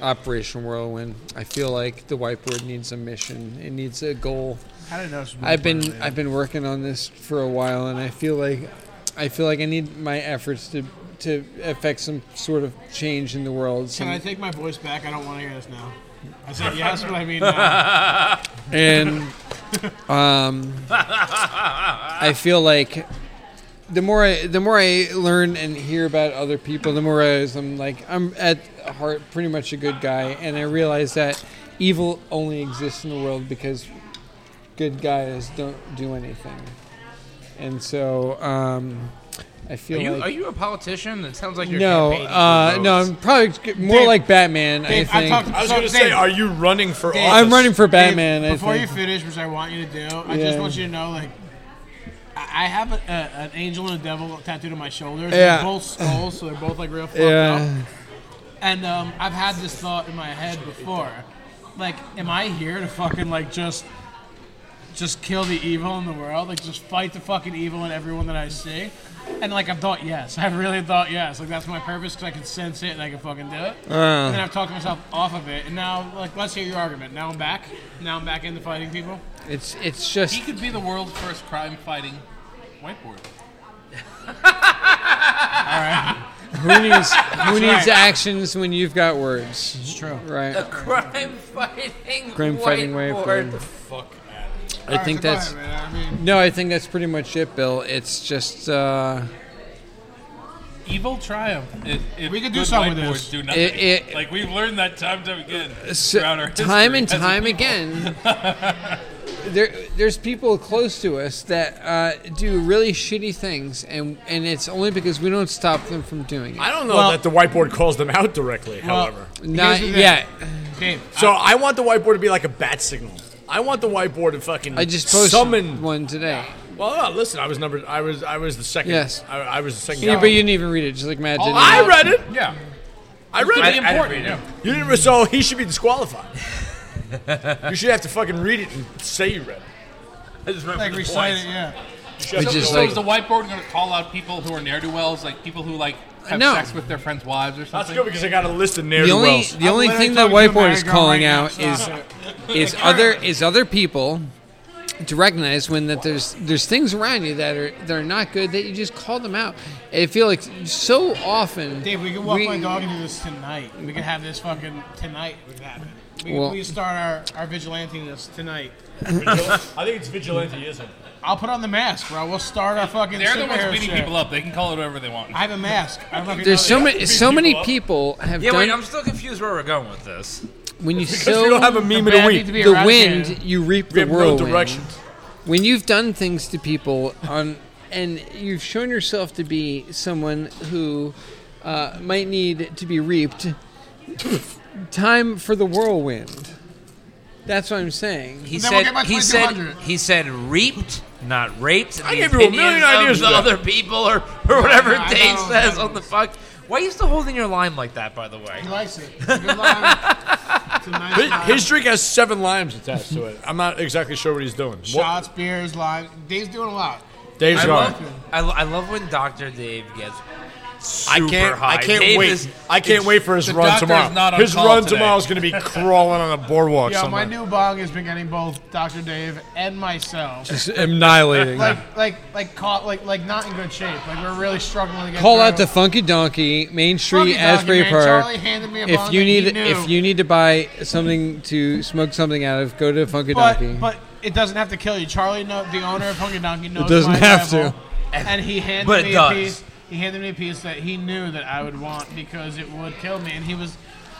A: Operation Whirlwind. I feel like the whiteboard needs a mission. It needs a goal.
D: I didn't know. this was
A: I've
D: really
A: been
D: bad.
A: I've been working on this for a while, and I feel like I feel like I need my efforts to to affect some sort of change in the world.
D: Can I
A: Some,
D: take my voice back? I don't want to hear this now. I said yes, but I mean no.
A: and um, I feel like the more I the more I learn and hear about other people, the more I realize I'm like I'm at heart pretty much a good guy, and I realize that evil only exists in the world because good guys don't do anything, and so um, I feel
E: Are you,
A: like.
E: are you a politician? It sounds like you're
A: no,
E: campaigning for
A: uh, no,
E: votes.
A: I'm probably g- more
D: Dave-
A: like Batman.
D: Dave,
A: I think
D: talked-
B: I was
D: so,
B: gonna say,
D: Dave,
B: are you running for
D: Dave,
B: office?
A: I'm running for Batman.
D: Dave,
A: I
D: before you
A: think.
D: finish, which I want you to do, I
A: Yeah.
D: just want you to know, like, I I have a, a, an angel and a devil tattooed on my shoulders.
A: Yeah.
D: They're both skulls, so they're both like real fucked
A: yeah.
D: up. And um, I've had this thought in my head before, like, am I here to fucking like just, just kill the evil in the world, like just fight the fucking evil in everyone that I see? And like I've thought yes, I've really thought yes. Like that's my purpose because I can sense it and I can fucking do it.
A: Uh.
D: and then I've talked myself off of it, and now like let's hear your argument. Now I'm back. Now I'm back into fighting people.
A: It's it's just
C: He could be the world's first crime-fighting whiteboard.
A: Who needs who needs
D: right.
A: actions when you've got words?
D: It's true.
A: Right.
E: Crime fighting.
A: Crime fighting way
E: whiteboard.
A: forward.
C: Fuck.
A: I think that's no. I think that's pretty much it, Bill. It's just uh,
C: Evil triumph. If, if
D: We could do
C: good
D: something with
C: whiteboards
D: this.
C: Do nothing.
A: It- it-
C: like we've learned that time and time again.
A: s-
C: throughout our
A: time
C: history
A: and
C: as a
A: time
C: people.
A: again. there, there's people close to us that uh, do really shitty things, and and it's only because we don't stop them from doing it.
B: I don't know
D: Well-
B: that the whiteboard calls them out directly,
D: Well,
B: however.
A: Not
D: here's the thing.
A: yet.
D: Dave,
B: So I want the whiteboard to be like a bat signal. I want the whiteboard to fucking
A: I just posted
B: summon.
A: one today.
B: Well, no, listen, I was number. I was. I was the second.
A: Yes.
B: I, I was the second.
A: Yeah,
B: guy.
A: but you didn't even read it. Just like Matt didn't.
B: Oh, I read it.
C: Yeah.
B: I read
E: I-
B: it.
E: I-
C: Important. yeah.
B: You didn't. So he should be disqualified. you should have to fucking read it and say you read it.
E: I just remember
D: like
E: the
D: recite
E: points.
D: it, yeah.
B: You should have
A: Which
B: to
A: is
B: know
C: So
A: like-
C: is the whiteboard going to call out people who are ne'er do wells, like people who like have
A: No.
C: sex with their friends' wives or
B: That's
C: something?
B: good because I got a list of
A: The
B: narrative
A: only
B: wells.
A: the only
D: literally
A: thing that
D: talking to a
A: whiteboard is
D: married girl
A: calling
D: right now,
A: out
D: so-
A: is is other is other people to recognize when that there's there's things around you that are that are not good that you just call them out. I feel like so often
D: Dave, we could walk my dog into this tonight. We could have this fucking tonight. We could have it. We,
A: Well-
D: we start our, our vigilante this tonight.
B: I think it's vigilanteism.
D: I'll put on the mask, bro. We'll start our fucking.
C: They're the ones
D: superhero
C: beating
D: shit.
C: people up. They can call it whatever they want.
D: I have a mask. I don't know if you
A: There's so
D: know
A: many so many people have
E: Yeah,
A: done
E: wait, I'm still confused where we're going with this.
A: when you
B: Because we
A: sow
B: don't have a meme of
D: that.
B: the
D: Bad
B: week.
D: need to be
A: the
D: eradicated.
A: wind, you reap
B: We
A: the
B: have no
A: whirlwind.
B: direction.
A: when you've done things to people on and you've shown yourself to be someone who uh, might need to be reaped time for the whirlwind that's what i'm saying
E: He
D: Then we'll
E: said.
D: get my
E: he said.
D: 2200.
E: He said reaped, not raped.
B: I gave you a million ideas,
E: to
B: though.
E: other people, or, or whatever
D: I
E: Dave
D: know.
E: says on the fuck. Why are you still holding your line like that? By the way,
D: He likes it. Good line. It's a nice
B: His-
D: line.
B: His drink has seven limes attached to it. I'm not exactly sure what he's doing. What,
D: shots, beers, lime. Dave's doing a lot.
B: Dave's
E: I
B: gone.
E: love, I, lo- I love when Doctor Dave gets.
B: I
E: super
B: can't.
E: high.
B: I can't
E: Dave
B: wait.
E: is-
B: I can't wait for his
C: the
B: run
C: doctor's
B: tomorrow.
C: not on
B: his
C: call
B: run
C: today.
B: tomorrow is going to be crawling on a boardwalk
D: Yo, my
B: somewhere.
D: new bong has been getting both Dr. Dave and myself.
A: annihilating
D: Like, like, like, caught, like, like, not in good shape. Like, we're really struggling to get
A: call
D: through.
A: out to funky donkey main
D: Fucking
A: street
D: doggy,
A: asbury
D: man.
A: park
D: Charlie handed me a
A: if
D: bong
A: you
D: that he
A: need
D: knew.
A: if you need to buy something to smoke something out of go to funky donkey
D: but, but it doesn't have to kill you. Charlie, know, the owner of Hungry Donkey, knows
A: doesn't
D: my
A: have
D: level,
A: to.
D: and he handed
E: But it
D: me
E: does.
D: a piece. He handed me a piece that he knew that I would want because it would kill me, and he was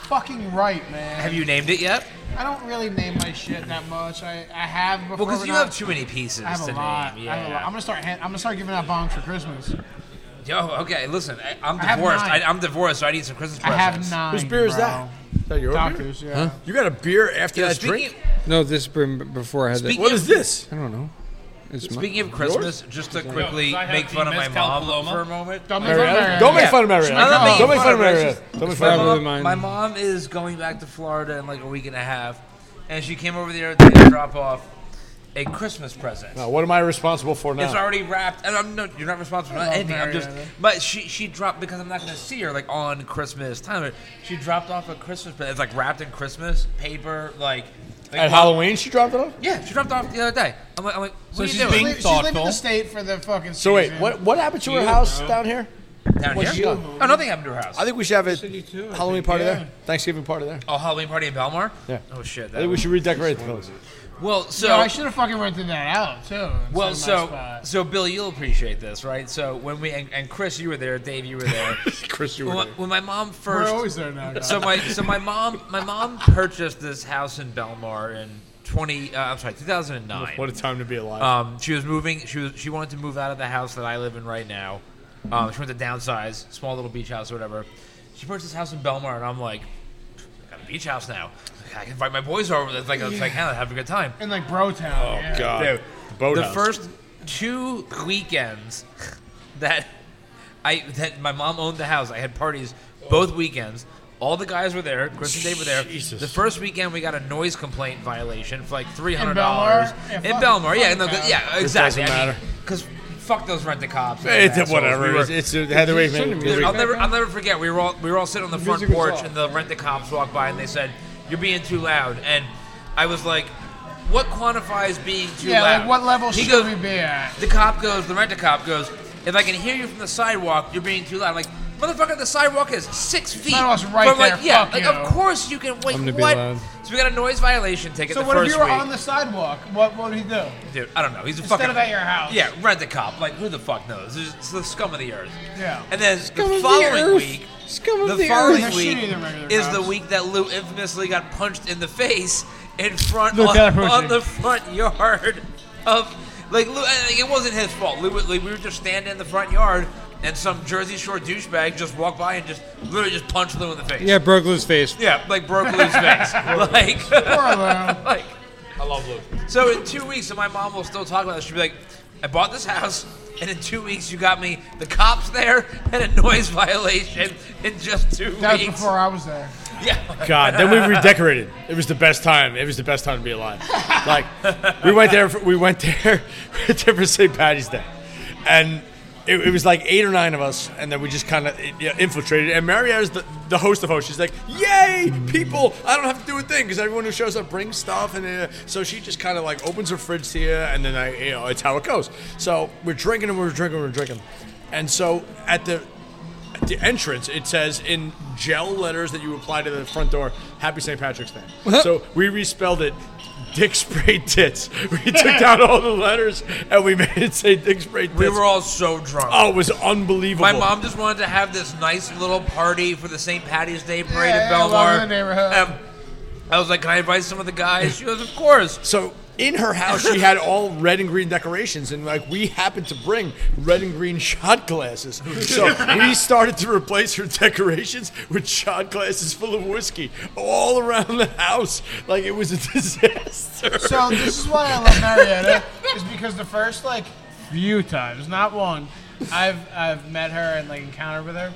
D: fucking right, man.
E: Have you named it yet?
D: I don't really name my shit that much. I, I have before.
E: Well, because
D: but
E: you
D: not-
E: have too many pieces
D: I have a
E: to
D: lot.
E: name.
D: I have a lot. I'm
E: Yeah.
D: gonna start. Hand, I'm gonna start giving out bongs for Christmas.
E: Yo, okay. Listen, I, I'm
D: I have
E: divorced. I
D: nine.
E: I, am divorced, so I need some Christmas
D: I
E: presents.
D: have nine.
B: Whose beer is
D: bro.
B: that? Is that your beer?
D: Doctors. Yeah.
B: You got a beer after
E: Yo,
B: that
E: speaking,
B: drink?
A: no this brim before i had
E: Speak-
A: that
B: What is this?
A: i don't know it's my,
E: speaking of Christmas, just to quickly
C: Yo, I have
E: make
C: the
E: fun of my
C: mezcal
E: mom
C: Paloma.
E: for a moment.
D: Don't make fun of
B: Marietta?
D: her.
B: Don't make
E: Yeah.
B: fun of Marietta.
E: I'm not making
B: Don't make
E: fun
B: fun of
E: of her,
B: Marietta.
E: it's
B: Don't make
A: Probably
B: fun of her.
A: mine.
E: My mom is going back to Florida in like a week and a half, and she came over there to drop off a Christmas present.
B: Now, What am I responsible for
E: It's
B: now?
E: already wrapped, and I'm no, you're not responsible for
D: love
E: anything. I'm just,
D: Marietta.
E: but she she dropped because I'm not going to see her like on Christmas time. She dropped off a Christmas, but it's like wrapped in Christmas paper, like. like-
B: At Halloween, she dropped it off.
E: Yeah, she dropped off the other day. I'm like, I'm like, what are you
C: she's
E: doing?
C: being
D: She's leaving the
C: thoughtful.
D: state for the fucking.
B: So wait,
D: season.
B: what what happened to her house down here?
E: Down
B: What's
E: here?
B: she doing?
E: Oh, nothing happened to her house.
B: I think we should have a Halloween party
D: yeah.
B: there, Thanksgiving party there.
E: oh, Halloween party in Belmar.
B: Yeah.
E: Oh shit.
B: I
E: That
B: think we
E: was-
B: should redecorate the place.
E: well, so
D: Yo, I should have fucking rented that out too. instead
E: Well,
D: of my
E: so
D: spot.
E: so Bill, you'll appreciate this, right? So when we and, and Chris, you were there, Dave, you were there.
B: Chris, you
E: when,
B: were.
E: my-
B: there.
E: when my mom
D: we're
E: first,
D: always there now. guys.
E: so my so my mom my mom purchased this house in Belmar in twenty uh, I'm sorry two thousand and nine.
B: What a time to be alive.
E: Um, she was moving. She was she wanted to move out of the house that I live in right now. Um, she wanted to downsize, small little beach house or whatever. She purchased this house in Belmar, and I'm like, I got a beach house now. I can invite my boys over. It's like it's like hell, have a good time.
D: in like Bro Town.
B: oh
D: yeah.
B: God.
E: Dude, the
B: Boathouse.
E: first two weekends that I that my mom owned the house, I had parties both weekends. All the guys were there. Chris and Dave were there.
B: Jesus.
E: The first weekend, we got a noise complaint violation for like three hundred dollars
D: Belmar? Yeah,
E: in
D: fuck-
E: Belmar. Yeah,
D: fuck
E: no,
D: Belmar.
E: yeah, exactly.
B: doesn't matter.
E: Because fuck those rent the cops. and
B: Hey,
E: those assholes. We
B: whatever.
E: were-
B: it's, it's a Heather Wave.
E: Dude, I'll never, I'll never forget. We were all, we were all sitting on the front
A: Music was
E: porch,
A: off.
E: and the rent the cops walked by, and they said, "You're being too loud." And I was like, what quantifies being too
D: Yeah,
E: loud?
D: like what level
E: He
D: should
E: goes-
D: we be at?
E: The cop goes, the rent a cop goes, if I can hear you from the sidewalk, you're being too loud. I'm like, motherfucker, the sidewalk is six feet.
D: Sidewalk's right
E: from, like,
D: there,
E: Yeah,
D: fuck
E: like,
D: you.
E: of course you can wait.
A: I'm gonna be
E: what?
A: loud.
E: So we got a noise violation ticket
D: So
E: the
D: what
E: first
D: if you were
E: week.
D: on the sidewalk? What what would he do?
E: Dude, I don't know. He's a
D: Instead
E: fucking.
D: of at your house.
E: Yeah, rent a cop. Like, who the fuck knows? It's it's the scum of the earth.
D: Yeah.
E: And then
A: of
E: the
A: the
E: following
A: earth.
E: week,
A: Scum of
E: the,
A: the earth.
E: following
D: They're
E: week
D: shittier than regular
E: is the
D: cops.
E: week that Lou infamously got punched in the face in front
D: Look at
E: on,
D: her,
E: on
D: she-
E: the front yard of like Lou. and, like, It wasn't his fault. Lou, like, we were just standing in the front yard, and some Jersey Shore douchebag just walked by and just literally just punched Lou in the face.
A: Yeah, broke Lou's face.
E: Yeah, like broke Lou's face. like,
D: Poor Lou.
E: like
C: I love Lou.
E: so in two weeks, and my mom will still talk about this. She'll be like, "I bought this house, and in two weeks, you got me the cops there and a noise violation in just two
D: That was
E: weeks."
D: before I was there.
E: Yeah,
B: God, then we redecorated. It was the best time. It was the best time to be alive. Like, we went there. For, we went there. We went there for St. Patty's Day, and it, it was like eight or nine of us, and then we just kind of yeah, infiltrated. And Marietta's the, the host of hosts. She's like, "Yay, people! I don't have to do a thing because everyone who shows up brings stuff." And uh, so she just kind of like opens her fridge to you, and then I, you know, it's how it goes. So we're drinking and we're drinking and we're drinking, and so at the at the entrance, it says in gel letters that you apply to the front door, Happy St. Patrick's Day. so we respelled it Dick Spray Tits. We took down all the letters and we made it say Dick Spray Tits.
E: we were all so drunk.
B: oh, it was unbelievable.
E: My mom just wanted to have this nice little party for the St. Patty's Day parade
D: Yeah,
E: in
D: yeah,
E: Belmar.
D: welcome to the neighborhood.
E: Um, I was like, "Can I invite some of the guys?" She goes, "Of course."
B: So in her house, she had all red and green decorations, and like we happened to bring red and green shot glasses. So we started to replace her decorations with shot glasses full of whiskey all around the house. Like it was a disaster.
D: So this is why I love Marietta is because the first like few times, not one, I've I've met her and like encountered with her.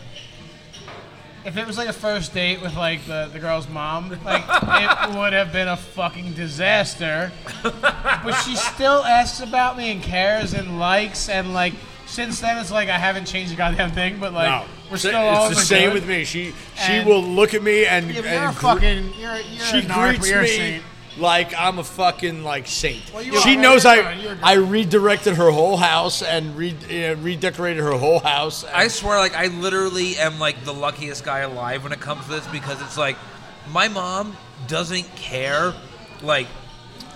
D: If it was like a first date with like the, the girl's mom, like it would have been a fucking disaster. But she still asks about me and cares and likes and like since then it's like I haven't changed a goddamn thing, but like
B: No.
D: we're
B: Sa-
D: still all
B: it's the same
D: good.
B: with me. She she
D: And-
B: will look at me and,
D: Yeah, but you're a
B: and gr-
D: fucking you're you're
B: she
D: a narc,
B: greets
D: but you're a
B: me
D: saint.
B: like I'm a fucking like saint.
D: you
B: she
D: are.
B: knows
D: You're
B: I
D: good. You're good.
B: I redirected her whole house and re, uh, redecorated her whole house. and-
E: I swear, like I literally am like the luckiest guy alive when it comes to this because it's like my mom doesn't care like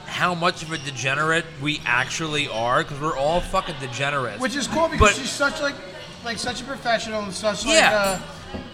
E: how much of a degenerate we actually are because we're all fucking degenerates.
D: Which is cool because
E: But-
D: she's such like like such a professional and such uh,
E: Yeah.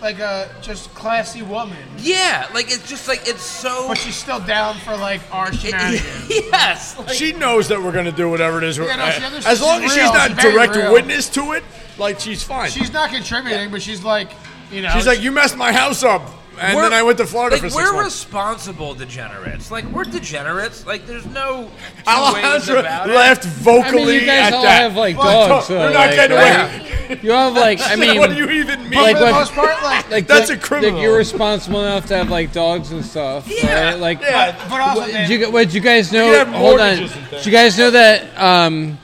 D: like a like a just classy woman.
E: yeah, like it's just like it's so.
D: But she's still down for like our shenanigans.
E: yes, like,
B: she knows that we're gonna do whatever it is. we're- uh,
D: Yeah, no, she understands.
B: as long
D: She's
B: as she's
D: real.
B: not
D: She's very
B: direct
D: real.
B: witness to it, like she's fine. She's,
D: she's not contributing, but she's like you know
B: like, you messed my house up, and
E: we're-
B: then I went to Florida
E: like,
B: for six
E: we're
B: months.
E: responsible degenerates. Like we're degenerates. Like there's no two ways
B: Alejandra
E: about it.
B: laughed vocally
A: I mean, you guys
B: at
A: all
B: that.
A: have like
B: Well,
A: dogs.
B: no,
A: though,
B: We're not
A: like,
B: getting
A: right?
B: away.
A: You all have like I mean,
B: what do you even mean?
D: for
A: like
D: the
A: what-
D: most part like,
A: like
B: That's
A: like-
B: a criminal.
A: Like you're responsible enough to have like dogs and stuff.
E: Yeah,
A: right? Like
B: yeah.
D: but also
A: What,
D: man,
A: did you, gu- what, did you guys
B: could
A: know?
B: have
A: Hold on.
B: mortgages and
A: Did you guys know that um,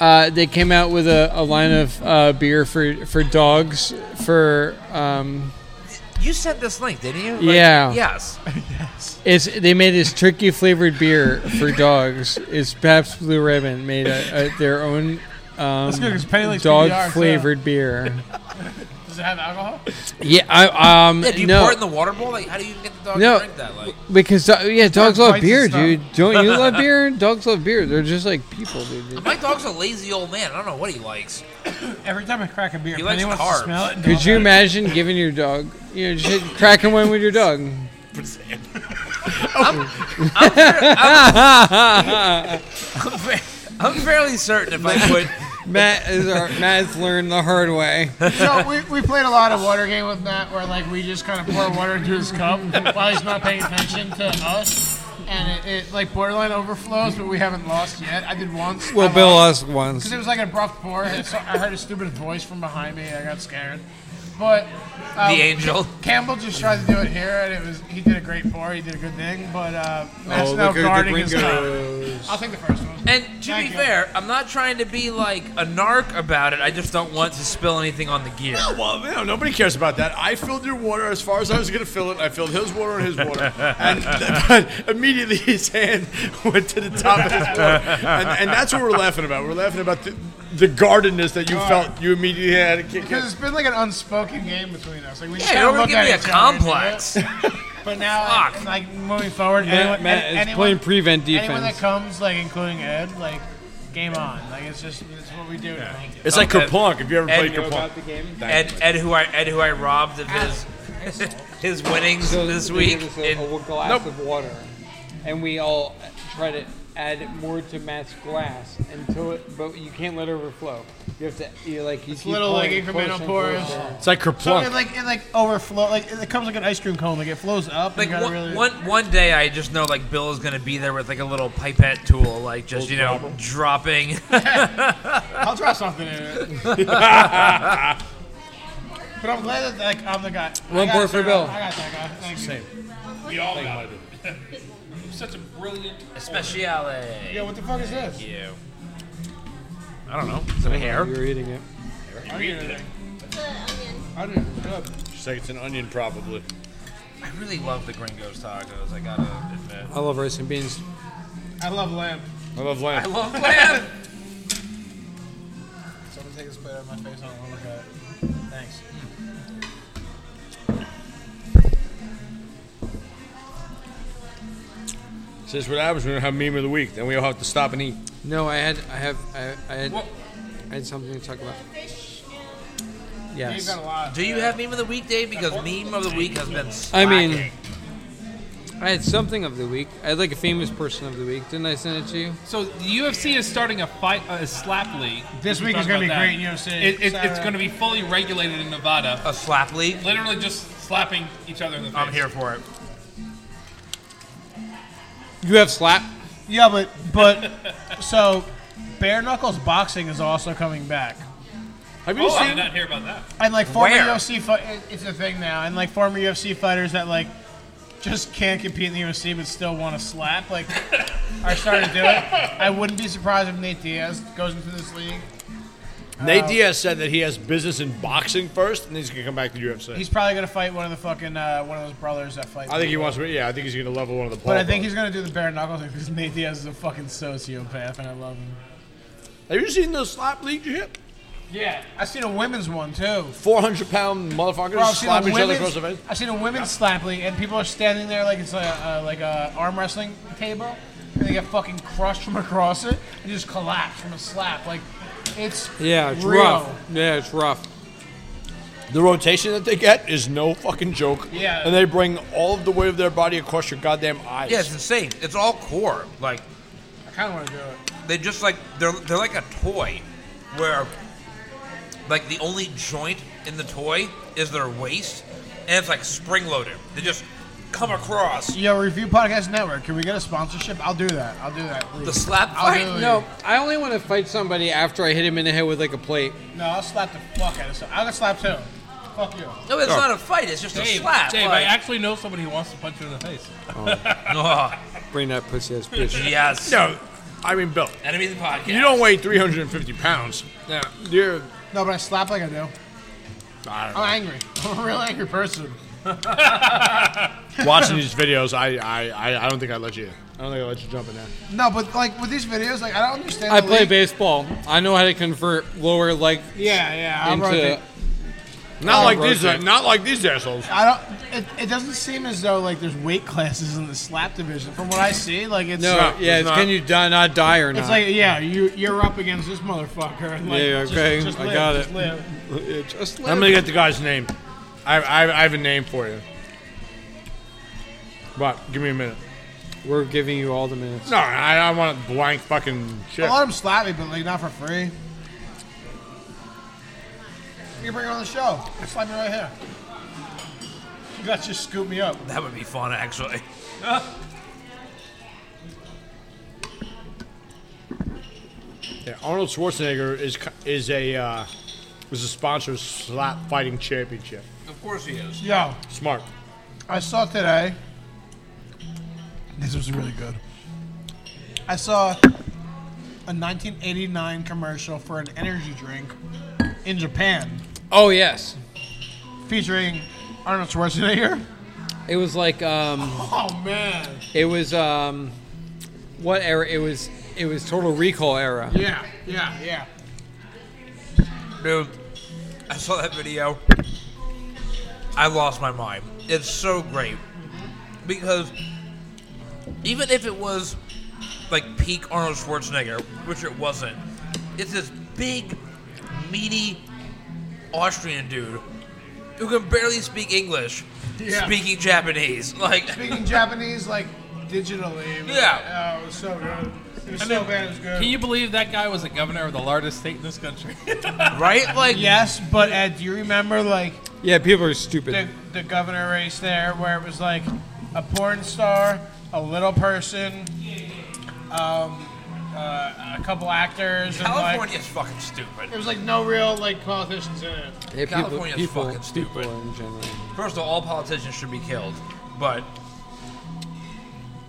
A: uh, they came out with a, a line of uh, beer for for dogs for um,
E: You sent this link, didn't you? Like,
A: Yeah.
E: Yes.
A: it's they made this turkey flavored beer for dogs. It's Pabst Blue Ribbon made a, a, their own um,
D: good 'cause Penny likes PBR,
A: dog
D: so-
A: flavored beer.
D: does it have alcohol?
A: Yeah, I, um,
E: Yeah, do you
A: no.
E: pour it in the water bowl? Like, how do you even get the dog
A: No.
E: to drink that? Like,
A: Because do- yeah, dogs love
D: bites and
A: beer,
D: stuff.
A: dude. Don't you love beer? Dogs love beer. They're just like people, dude.
E: my dog's a lazy old man. I don't know what he likes.
D: Every time I crack a beer,
E: He Penny likes wants to carbs. smell it
A: Could you imagine giving your dog, you know, just cracking one with your dog?
E: I'm, fa- I'm fairly certain if I put.
A: Matt is our, Matt's learned the hard way.
D: So we, we played a lot of water game with Matt, where like we just kind of pour water into his cup while he's not paying attention to us, and it, it like borderline overflows, but we haven't lost yet. I did once.
A: Well,
D: I
A: Bill
D: lost.
A: lost
D: Because
A: once.
D: it was like an abrupt pour, and so I heard a stupid voice from behind me. I got scared. But um,
E: The angel.
D: Campbell just tried to do it here, and it was he did a great pour. He did a good thing, but uh, Matt's
B: Oh,
D: now
B: look at the
D: guarding his cup.
B: gringos.
D: I'll take the first one.
E: And to
D: Thank
E: be
D: you.
E: fair, I'm not trying to be like a narc about it. I just don't want to spill anything on the gear.
B: Oh, well, you know, nobody cares about that. I filled your water as far as I was going to fill it. I filled his water and his water. And but immediately his hand went to the top of his water. And, and that's what we're laughing about. We're laughing about the, the guardenness that you felt you immediately had to kick
D: Because
B: in.
D: it's been like an unspoken game between us. Like we just
E: Yeah,
D: kinda
E: you don't
D: look
E: give
D: at
E: me a
D: each other and do it.
E: complex.
D: But now,
E: Fuck.
D: like moving forward,
A: Matt-
D: anyone,
A: Matt
D: any-
A: is
D: anyone-
A: playing prevent
D: Anyone that
A: defense.
D: comes, like including Ed, like game on. Like it's just it's what we do. Now.
B: It's like
E: Okay.
B: Kerplunk, if you ever played
E: Ed,
B: Kerplunk.
E: Ed, Ed, who I Ed, who I robbed of his his winnings this week.
A: a,
E: in-
A: glass of water, and we all try to add more to Matt's glass until it, but you can't let it overflow. You have to, you like, you keep
D: little, like,
A: pouring,
D: incremental
A: pushing,
D: pours.
A: pushing.
B: It's like
D: So it
B: Kerplunk.
D: like it like overflow like it comes like an ice cream cone like it flows up.
E: like
D: and you gotta
E: one,
D: really,
E: one one day, I just know like Bill is gonna be there with like a little pipette tool, like just you know dropping.
D: I'll try something in it. but I'm glad that like I'm the guy. I
A: One
D: got
A: pour for
D: that.
A: Bill.
D: I got that guy. Thank you.
C: We all got it. Such a brilliant.
E: Especiale.
D: Yeah, what the fuck is this?
E: You.
B: I don't know.
E: Some hair.
A: You're eating it.
D: I didn't. even-
G: The onion.
D: I didn't. Good.
B: She's like, it's an onion, probably.
E: I really love the Gringos tacos. I gotta admit.
A: I love rice and beans.
D: I love lamb.
B: I love
E: I
B: lamb.
E: love lamb.
D: Someone take a spit out of my face. I don't want to look at it. Thanks.
B: So this is what happens when we don't have meme of the week. Then we all have to stop and eat.
A: No, I had, I have, I, I had,
E: What?
A: I had something to talk about.
G: Fish and
D: You've
A: Yes.
D: got a lot.
E: Do you have meme of the week, Dave? Because meme of the week has been.
A: I mean-
E: slacking.
A: I had something of the week. I had like a famous person of the week. Didn't I send it to you?
C: So the UFC is starting a fight, uh, a slap league.
D: This
C: We
D: week is
C: talked
D: gonna be
C: about
D: great in
C: that.
D: UFC.
C: It, it, it's
D: Saturday.
C: going to be fully regulated in Nevada.
E: a slap league.
C: Literally just slapping each other in the face.
E: I'm here for it.
A: You have slap.
D: Yeah, but but so bare knuckles boxing is also coming back.
B: Have you
C: Oh, I did
B: seen
C: not hear about that.
D: And like former
E: Where?
D: UFC, fi- it- it's a thing now. And like former UFC fighters that like just can't compete in the UFC but still want to slap, like are starting to do it. I wouldn't be surprised if Nate Diaz goes into this league.
B: Nate Diaz said that he has business in boxing first, and then he's gonna come back to the UFC.
D: He's probably gonna fight one of the fucking uh, one of those brothers that fight.
B: I think he wants. to- Yeah, I think he's gonna level one of the. Paul
D: But I
B: brothers.
D: think he's gonna do the bare knuckles thing because Nate Diaz is a fucking sociopath, and I love him.
B: Have you seen those slap league shit?
D: Yeah, I've seen a women's one too.
B: Four hundred pound motherfuckers
D: Bro, I've, seen a
B: slapping each other across
D: women's,
B: the face.
D: I've seen a women's slap league, and people are standing there like it's a, a, like a arm wrestling table, and they get fucking crushed from across it and just collapse from a slap. Like it's
A: Yeah, it's
D: real.
A: rough. Yeah, it's rough.
B: The rotation that they get is no fucking joke.
D: Yeah.
B: And they bring all of the weight of their body across your goddamn eyes.
E: Yeah, it's insane. It's all core. Like
D: I kind of want to do it.
E: they just like they're they're like a toy, where like the only joint in the toy is their waist, and it's like spring loaded. They just come across
D: Yo, Review Podcast Network, can we get a sponsorship? I'll do that. I'll do that.
E: the
D: Please.
E: slap
D: I'll
E: fight.
D: do it.
A: No, I only want to fight somebody after I hit him in the head with like a plate.
D: No, I'll slap the fuck out of someone. I'll get slapped too. Fuck you.
E: No,
A: Oh.
E: it's not a fight. It's just a
C: Dave,
E: slap.
C: Dave I
E: like-
C: actually know somebody who wants to punch you in the face.
E: Oh,
A: Bring that pussy ass bitch.
E: yes.
B: No, I mean, Bill,
E: Enemies of the podcast.
B: you don't weigh three hundred and fifty pounds. Yeah. You're.
D: No, but I slap like I do.
B: I don't know.
D: I'm angry. I'm a real angry person.
B: Watching these videos, I, I, I, I don't think I let you. I don't think I let you jump in there.
D: No, but like with these videos, like I don't understand.
A: I
D: the
A: play
D: league.
A: baseball. I know how to convert lower leg
D: Yeah, yeah. I'll rotate.
A: into.
B: Not
A: Oh,
B: like these.
A: rotate.
B: Not like these assholes.
D: I don't. It, it doesn't seem as though like there's weight classes in the slap division. From what I see, like it's
A: No,
B: not-
A: yeah,
B: it's
A: it's
B: not-
A: can you die, not die or not?
D: it's like yeah, you you're up against this motherfucker. And, like,
A: Yeah,
D: just-
A: okay,
D: just
A: I
D: live,
A: got
D: just
A: it.
D: live.
A: Yeah, just
B: I'm
A: live.
B: gonna get the guy's name. I, I, I have a name for you. But give me a minute.
A: We're giving you all the minutes.
B: No, I, I want a blank fucking shit.
D: I'll let him slap me, but like not for free. You can bring it on the show. Slap me right here. You got to just scoop me up.
E: That would be fun, actually.
B: Yeah, Arnold Schwarzenegger is c- is a uh, was the sponsor of Slap Fighting Championship.
C: Of course he is.
D: Yo,
B: Smart.
D: I saw today. This was really good. I saw a 1989 commercial for an energy drink in Japan
A: Oh yes,
D: featuring Arnold Schwarzenegger.
A: it was like um,
D: Oh man!
A: it was um, what era? It was it was Total Recall era.
D: Yeah, yeah, yeah.
E: Dude, I saw that video. I lost my mind. It's so great. Because even if it was like peak Arnold Schwarzenegger, which it wasn't, it's this big, meaty Austrian dude who can barely speak English,
D: Yeah.
E: speaking Japanese. Like,
D: Speaking Japanese, like digitally. but,
E: Yeah.
D: Oh, it was so good. It was so bad. It was good.
C: Can you believe that guy was the governor of the largest state in this country?
E: right? Like,
D: yes, but Ed, do you remember like
A: Yeah, people are stupid.
D: the, the governor race there, where it was like a porn star, a little person, um, uh, a couple actors, and like
E: California's fucking stupid.
D: there was like no real like politicians in it.
A: Yeah, people-
E: California's
A: people,
E: fucking stupid.
A: people in general.
E: First of all, all politicians should be killed. But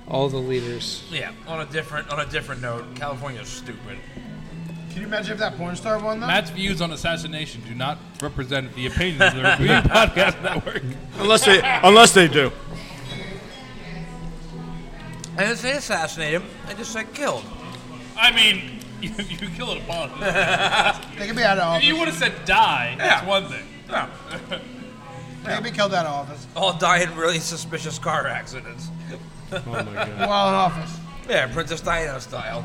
A: All the leaders.
E: yeah, on a different on a different note, California's stupid.
D: Can you imagine if that porn star won though?
C: Matt's views on assassination do not represent the opinions of the Review Podcast Network.
B: Unless they, unless they do.
E: I didn't say assassinate him. I just said killed.
C: I mean, you, you kill an opponent.
D: They could be out of
C: If
D: office.
C: you would have said die, that's
E: Yeah.
C: one thing.
D: They could be killed out of office
E: All die in really suspicious car accidents.
D: while in office.
E: Yeah, Princess Diana style.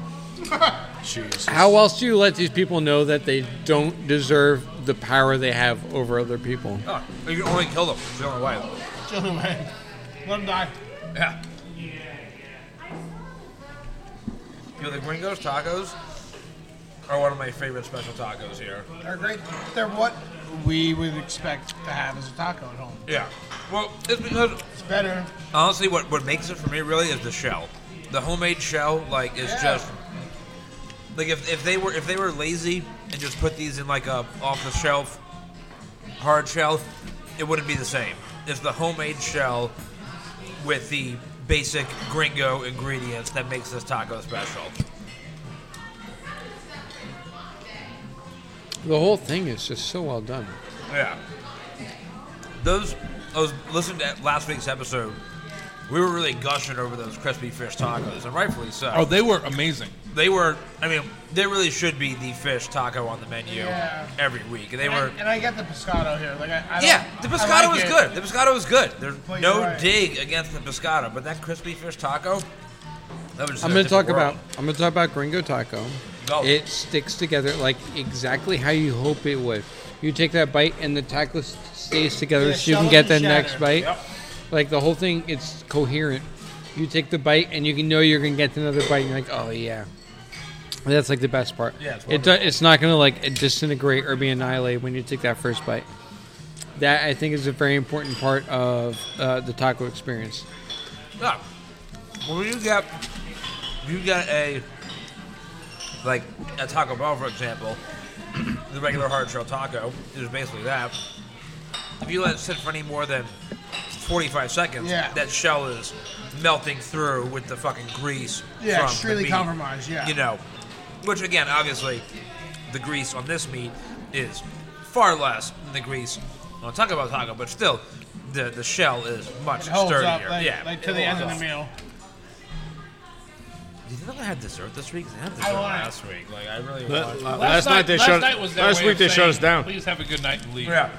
B: Jesus.
A: How else do you let these people know that they don't deserve the power they have over other people?
E: Oh, you can only kill them. It's the only way.
D: Chill away. Let him die.
E: Yeah. You like Ringo's tacos? Are one of my favorite special tacos here.
D: They're great. They're what we would expect to have as a taco at home.
E: Yeah. Well, it's because
D: It's better.
E: honestly, what what makes it for me really is the shell. The homemade shell, like, is
D: Yeah.
E: just like if, if they were if they were lazy and just put these in like a off the shelf hard shell, it wouldn't be the same. It's the homemade shell with the basic gringo ingredients that makes this taco special.
A: The whole thing is just so well done.
E: Yeah. Those I was listening to last week's episode. We were really gushing over those crispy fish tacos, and rightfully so.
C: Oh, they were amazing.
E: They were. I mean, they really should be the fish taco on the menu
D: Yeah.
E: every week. They
D: And I,
E: were.
D: and I get the pescado here. Like I, I don't-
E: Yeah, the
D: I
E: pescado
D: like
E: was
D: it.
E: good. The pescado was good. There's
D: But
E: no
D: you're right.
E: dig against the pescado, but that crispy fish taco. That was. Just
A: I'm
E: a
A: gonna
E: different
A: talk
E: world. Oh,
A: about I'm gonna talk about Gringo Taco.
E: Go.
A: It sticks together like exactly how you hope it would. You take that bite and the taco s- stays together,
D: Yeah,
A: so you can
D: shovel
A: get
D: and
A: the
D: shatter.
A: next bite. Like the whole thing, it's coherent. You take the bite and you can know you're gonna get another bite. And you're like, oh yeah, And that's like the best part.
E: Yeah, it's
A: it do, it's not gonna like disintegrate or be annihilated when you take that first bite. That I think is a very important part of uh, the taco experience.
E: Yeah. When you get, you get a, like a Taco Bell, for example, the regular hard shell taco is basically that. If you let it sit for any more than 45 seconds,
D: Yeah.
E: that shell is melting through with the fucking grease.
D: Yeah,
E: from
D: extremely
E: the meat,
D: compromised. Yeah.
E: You know, which again, obviously, the grease on this meat is far less than the grease on Taco Bell taco, but still, the the shell is much
D: it holds
E: sturdier.
D: up like,
E: yeah,
D: like to
E: it
D: the end of
E: holds
D: the
E: up.
D: meal.
E: Do you think I'm gonna have dessert this week? 'Cause I had dessert
D: want it.
E: last week. Like I really
B: Last,
E: want.
B: night they shut.
C: night was their
B: last
C: way
B: week
C: of
B: they shut
C: saying,
B: us down.
C: Please have a good night and leave.
E: Yeah,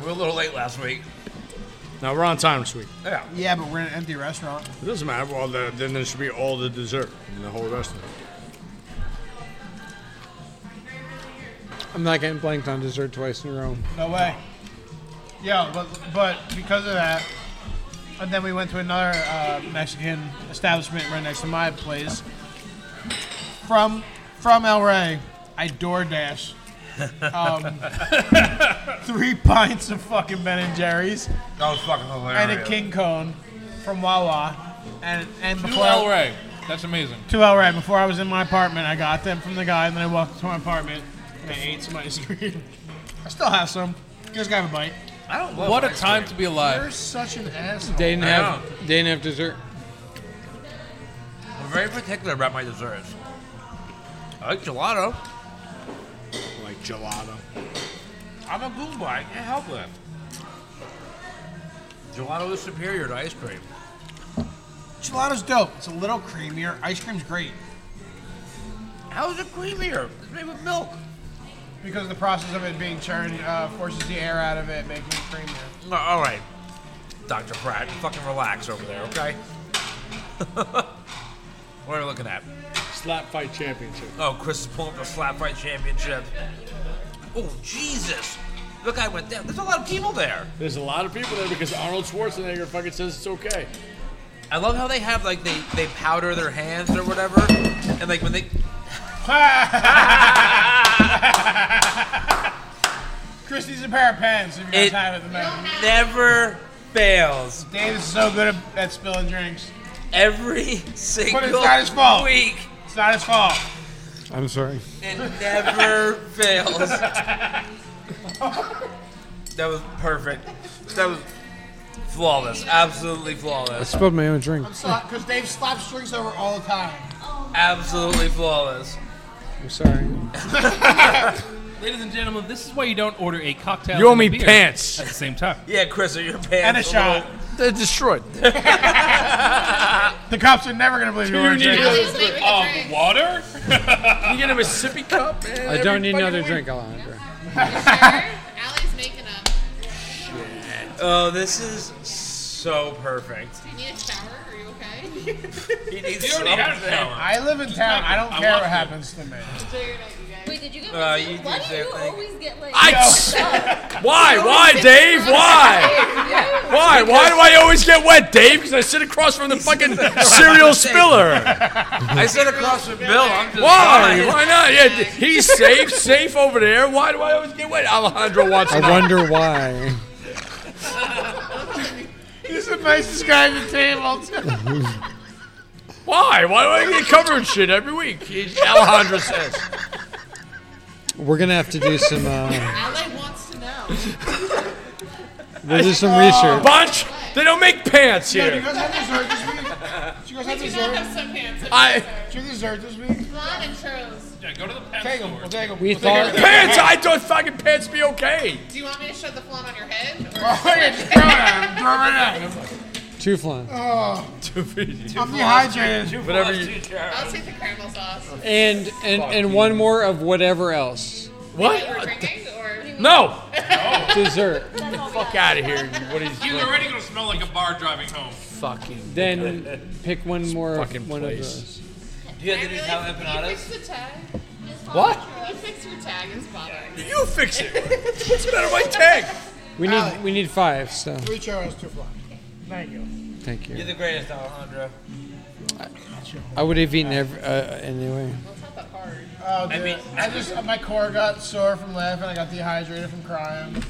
E: we were a little late last week.
B: Now we're on time this week.
E: Yeah,
D: Yeah, but we're in an empty restaurant.
B: It doesn't matter. Well, the, then there should be all the dessert in the whole restaurant.
A: I'm not getting blanked on dessert twice in a row.
D: No way. Yeah, but but because of that, and then we went to another uh, Mexican establishment right next to my place. From from El Rey, I DoorDash. Um, three pints of fucking Ben and Jerry's
E: that was fucking hilarious.
D: and a king cone from Wawa, and and
C: New
D: before
C: El Rey. That's amazing.
D: Two L Rey. Before I was in my apartment, I got them from the guy, and then I walked to my apartment and I ate some ice cream. I still have some. You guys got a bite.
E: I don't love
C: What a
E: ice
C: time
E: cream.
C: to be alive.
D: You're such an asshole.
A: They didn't
E: I
A: have they didn't have dessert.
E: I'm very particular about my desserts. I like gelato.
B: Like gelato.
E: I'm a goomba. I can't help it. Gelato is superior to ice cream.
D: Gelato's dope. It's a little creamier. Ice cream's great
E: How is it creamier? It's made with milk.
D: because the process of it being churned uh, forces the air out of it, making it creamier.
E: No, all right, Doctor Pratt, fucking relax over there, okay? what are we looking at?
H: Slap fight championship.
E: Oh, Chris is pulling up the slap fight championship. Oh Jesus! Look, I went down. There's a lot of people there.
H: There's a lot of people there because Arnold Schwarzenegger fucking says it's okay.
E: I love how they have like they they powder their hands or whatever, and like when they
D: Chris needs a pair of pants if you guys
E: It-
D: have it at the moment.
E: never fails.
D: Dave is so good at, at spilling drinks.
E: every single
D: not his fault.
E: week.
D: It's not his fault.
A: I'm sorry.
E: It never fails. that was perfect. That was flawless. Absolutely
A: I
E: flawless.
A: spilled my own drink.
D: Because Dave slaps drinks over all the time.
E: Absolutely flawless.
A: I'm sorry.
I: Ladies and gentlemen, this is why you don't order a cocktail.
B: You owe
I: and a
B: me
I: beer
B: pants.
I: At the same time.
E: Yeah, Chris, are your pants
D: And a
E: little-
D: shot.
B: They're destroyed.
D: The cops are never going to believe you were drinking.
G: At least make me
B: Oh,
G: a drink.
I: Water?
B: You get him a sippy cup, man.
A: I don't need another drink, Alejandro.
G: You sure? Allie's making them.
E: Oh, this is so perfect.
G: Do you need a shower? Are you okay?
E: He needs
I: You already had a shower.
D: I live in town. I don't care what happens to me.
G: Figure it out, you guys.
J: Wait, did you get?
E: Uh, you
J: why
E: do
J: do you
E: that thing.
J: always get like?
B: I, why? Why, Dave? Why? Why? Why do I always get wet, Dave? Because I sit across from the fucking cereal spiller.
E: I sit across from Bill. I'm just
B: Why? Why not? Yeah, d- he's safe, safe over there. Why do I always get wet? Alejandro wants
A: I
B: to
A: wonder why.
D: He's the nicest guy at the table. too.
B: Why? Why do I get covered in shit every week? He- Alejandro says.
A: We're gonna have to do some. Uh,
G: Allie wants to know.
A: we'll do some research.
B: Bunch, they don't make pants
D: Did you
B: here.
D: guys have dessert this week? Did you guys have
G: Did you not
D: dessert?
G: have some pants?
B: I
D: Did you have dessert this week?
G: Flan and churros.
I: Yeah, go to the
D: Take
I: pet
D: them.
I: store.
D: We'll take them.
A: We
D: we'll take
A: thought-
D: everything.
B: pants. I thought fucking pants be okay.
G: Do you want me to shove the flan on your head?
D: Oh, yeah, just throw it at him. Throw it at him.
A: Two flans.
D: I'm dehydrated.
B: Whatever you.
G: I'll take the caramel sauce.
A: And and and one more of whatever else.
G: We're
B: What?
G: drinking or
B: No.
A: Dessert.
B: Fuck out of here. What is
I: He's already gonna smell like a bar driving home.
B: fucking?
A: Then pick one more.
B: fucking
A: Of, one of
B: place.
A: those.
E: You have to do
G: I
E: Italian
G: really- You
E: empanadas.
G: fixed the tag.
B: What?
G: You fixed your tag. It's bothering. me.
B: You fix it. What's the matter with my tag?
A: We need we need five. So
D: Three churros, two flies. Thank you.
A: thank
E: You're
A: you.
E: the greatest, Alejandro.
A: I would have eaten every, uh, anyway.
G: It's not that hard.
D: Oh, dude. I,
E: mean-
D: just my core got sore from laughing. I got dehydrated from crying.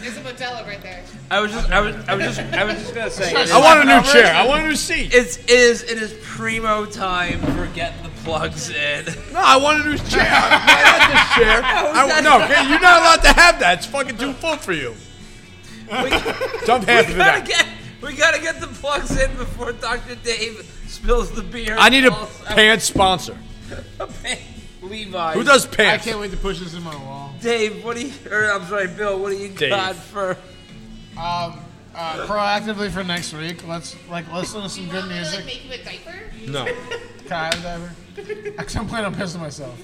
G: There's a Modelo right there.
E: I was just, I was, I was just, I was just gonna say.
B: I want a new chair. I want a new seat.
E: It's it is it is primo time for getting the plugs in.
B: No, I want a new chair. I want this chair. I,
E: that's-
B: no, okay, you're not allowed to have that. It's fucking too full for you.
E: We,
B: Dump half
E: we
B: of it
E: gotta
B: out.
E: get we gotta get the plugs in before Dr. Dave spills the beer.
B: I need a
E: Also-
B: pants sponsor.
E: Levi.
B: Who does
D: I
B: pants?
D: can't wait to push this in my wall.
E: Dave? What do you? Or I'm sorry, Bill. What do you
B: Dave.
E: got for?
D: Um, uh, proactively for next week, let's like listen to some
G: You
D: good
G: want me to like
D: music.
G: make you a diaper?
B: No.
D: Can I have a diaper? Actually, I'm planning on pissing myself.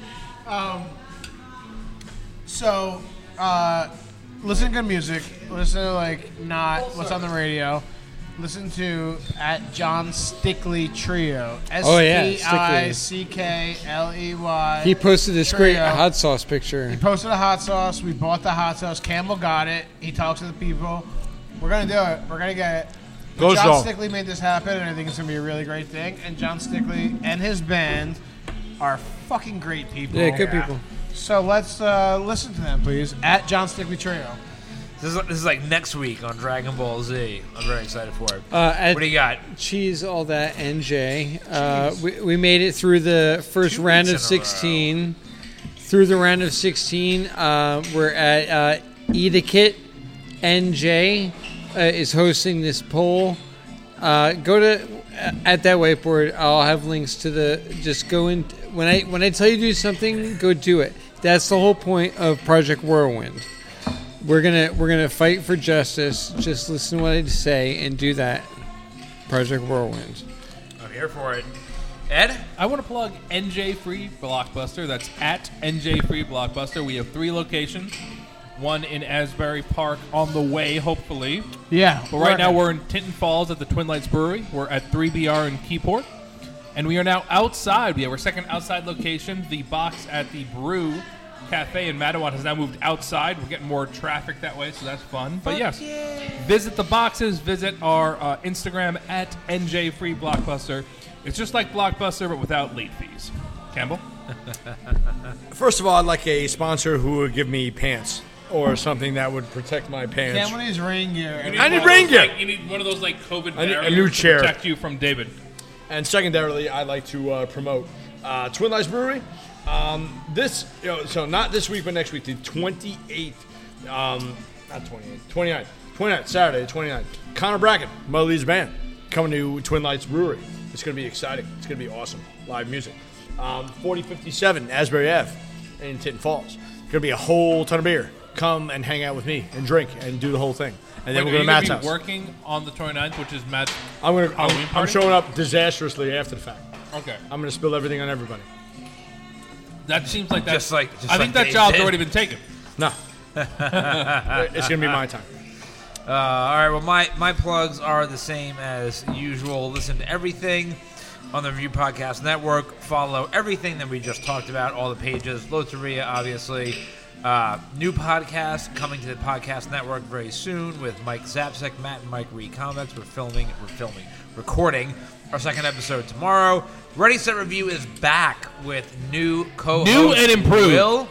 D: um, so, uh, listen to good music. Listen to like not what's on the radio. Listen to at John Stickley Trio. S
A: Oh, yeah,
D: T I C K L E Y.
A: He posted this great
D: Trio.
A: hot sauce picture.
D: Posted a hot sauce. We bought the hot sauce. Campbell got it. He talks to the people. We're gonna do it. We're gonna get it.
B: Goes
D: John
B: on.
D: Stickley made this happen, and I think it's gonna be a really great thing. And John Stickley and his band are fucking great people.
A: Yeah, good people.
D: So let's uh, listen to them, please. At John Stickley Trio.
E: This is, this is like next week on Dragon Ball Z. I'm very excited for it.
A: Uh,
E: what do you got?
A: cheese all that NJ. Uh, we, we made it through the first
E: Two
A: round of
E: weeks in a row.
A: 16. through the round of 16. Uh, we're at uh, Etiquette NJ uh, is hosting this poll. Uh, go to at that whiteboard. I'll have links to the. Just go in when I when I tell you to do something, go do it. That's the whole point of Project Whirlwind. We're gonna we're gonna fight for justice. Just listen to what I say and do that. Project Whirlwind.
E: I'm here for it. Ed?
I: I want to plug NJ Free Blockbuster. That's at NJ Free Blockbuster. We have three locations. One in Asbury Park on the way, hopefully.
D: Yeah.
I: But right now we're in Tinton Falls at the Twin Lights Brewery. We're at 3BR in Keyport. And we are now outside. We have our second outside location. The box at the Brew Cafe in Mattawan has now moved outside. We're getting more traffic that way, so that's fun. But yes, visit the boxes. Visit our uh, Instagram at NJ Free Blockbuster. It's just like Blockbuster, but without late fees. Campbell?
B: First of all, I'd like a sponsor who would give me pants or something that would protect my pants.
D: Somebody's rain gear.
B: I need
C: One of
B: rain
C: those,
B: gear.
C: like- you need one of those like COVID
B: I need a
C: barriers
B: new
C: to
B: chair.
C: protect you from David.
B: And secondarily, I'd like to uh, promote uh, Twin Lights Brewery. Um, this, you know, so not this week, but next week, the 28th, um, not 28th, 29th, 29th, Saturday, the 29th. Connor Bracken, Mother Lee's band, coming to Twin Lights Brewery. It's going to be exciting. It's going to be awesome. Live music. Um, 4057 Asbury Ave in Tinton Falls. Going to be a whole ton of beer. Come and hang out with me and drink and do the whole thing. And then
C: Wait,
B: we're
C: are
B: going to Matt's
C: you gonna
B: house.
C: be working on the 29th, which is Matt's.
B: I'm going to,
C: Halloween
B: I'm, I'm
C: party?
B: showing up disastrously after the fact.
C: Okay.
B: I'm going to spill everything on everybody.
C: That seems like that.
E: Just like- just
C: I
E: like
C: think that
E: Dave
C: job's
E: did.
C: already been taken.
B: No. it's going to be my time.
E: Uh, all right. Well, my my plugs are the same as usual. Listen to everything on the Review Podcast Network. Follow everything that we just talked about. All the pages. Loteria, obviously. Uh, new podcast coming to the podcast network very soon with Mike Zapsek, Matt and Mike read comics. We're filming. We're filming. Recording our second episode tomorrow. Ready Set Review is back with new co-host
I: New and improved.
E: Will.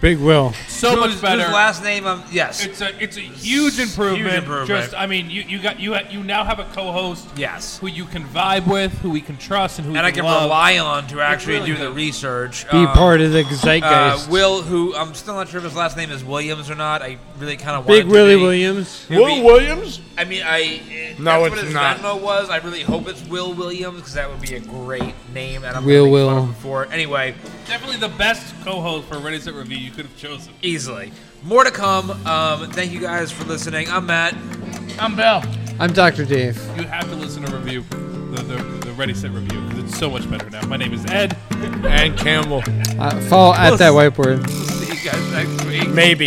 A: Big Will.
I: So
E: whose-
I: much
E: whose
I: better.
E: last name? Um, yes.
C: It's a it's a huge improvement.
E: improvement.
C: Just I mean, you, you got you ha- you now have a co-host
E: yes.
C: who you can vibe with, who we can trust, and who we
E: and I can
C: love.
E: rely on to actually
C: really
E: do
C: good.
E: the research. Um,
A: Be part of the zeitgeist.
E: Uh, Will, who I'm still not sure if his last name is Williams or not. I really kind of
A: Big
E: to
A: Willie
E: be.
A: Williams.
E: It'd be-
B: Williams?
E: I mean, I it,
B: No,
E: that's
B: it's
E: what his
B: not.
E: Venmo was. I really hope it's Will Williams because that would be a great name. And I'm
A: Will
E: gonna make fun of
A: Will.
E: him for it. anyway,
C: Definitely the best co-host for Ready Set Review you could have chosen.
E: easily. More to come. Um, thank you guys for listening. I'm Matt.
D: I'm Bill.
A: I'm Dr. Dave.
C: You have to listen to review the the, the Ready Set Review because it's so much better now. My name is Ed.
B: And Campbell.
A: Uh, follow at that whiteboard.
E: See you guys next week.
B: Maybe.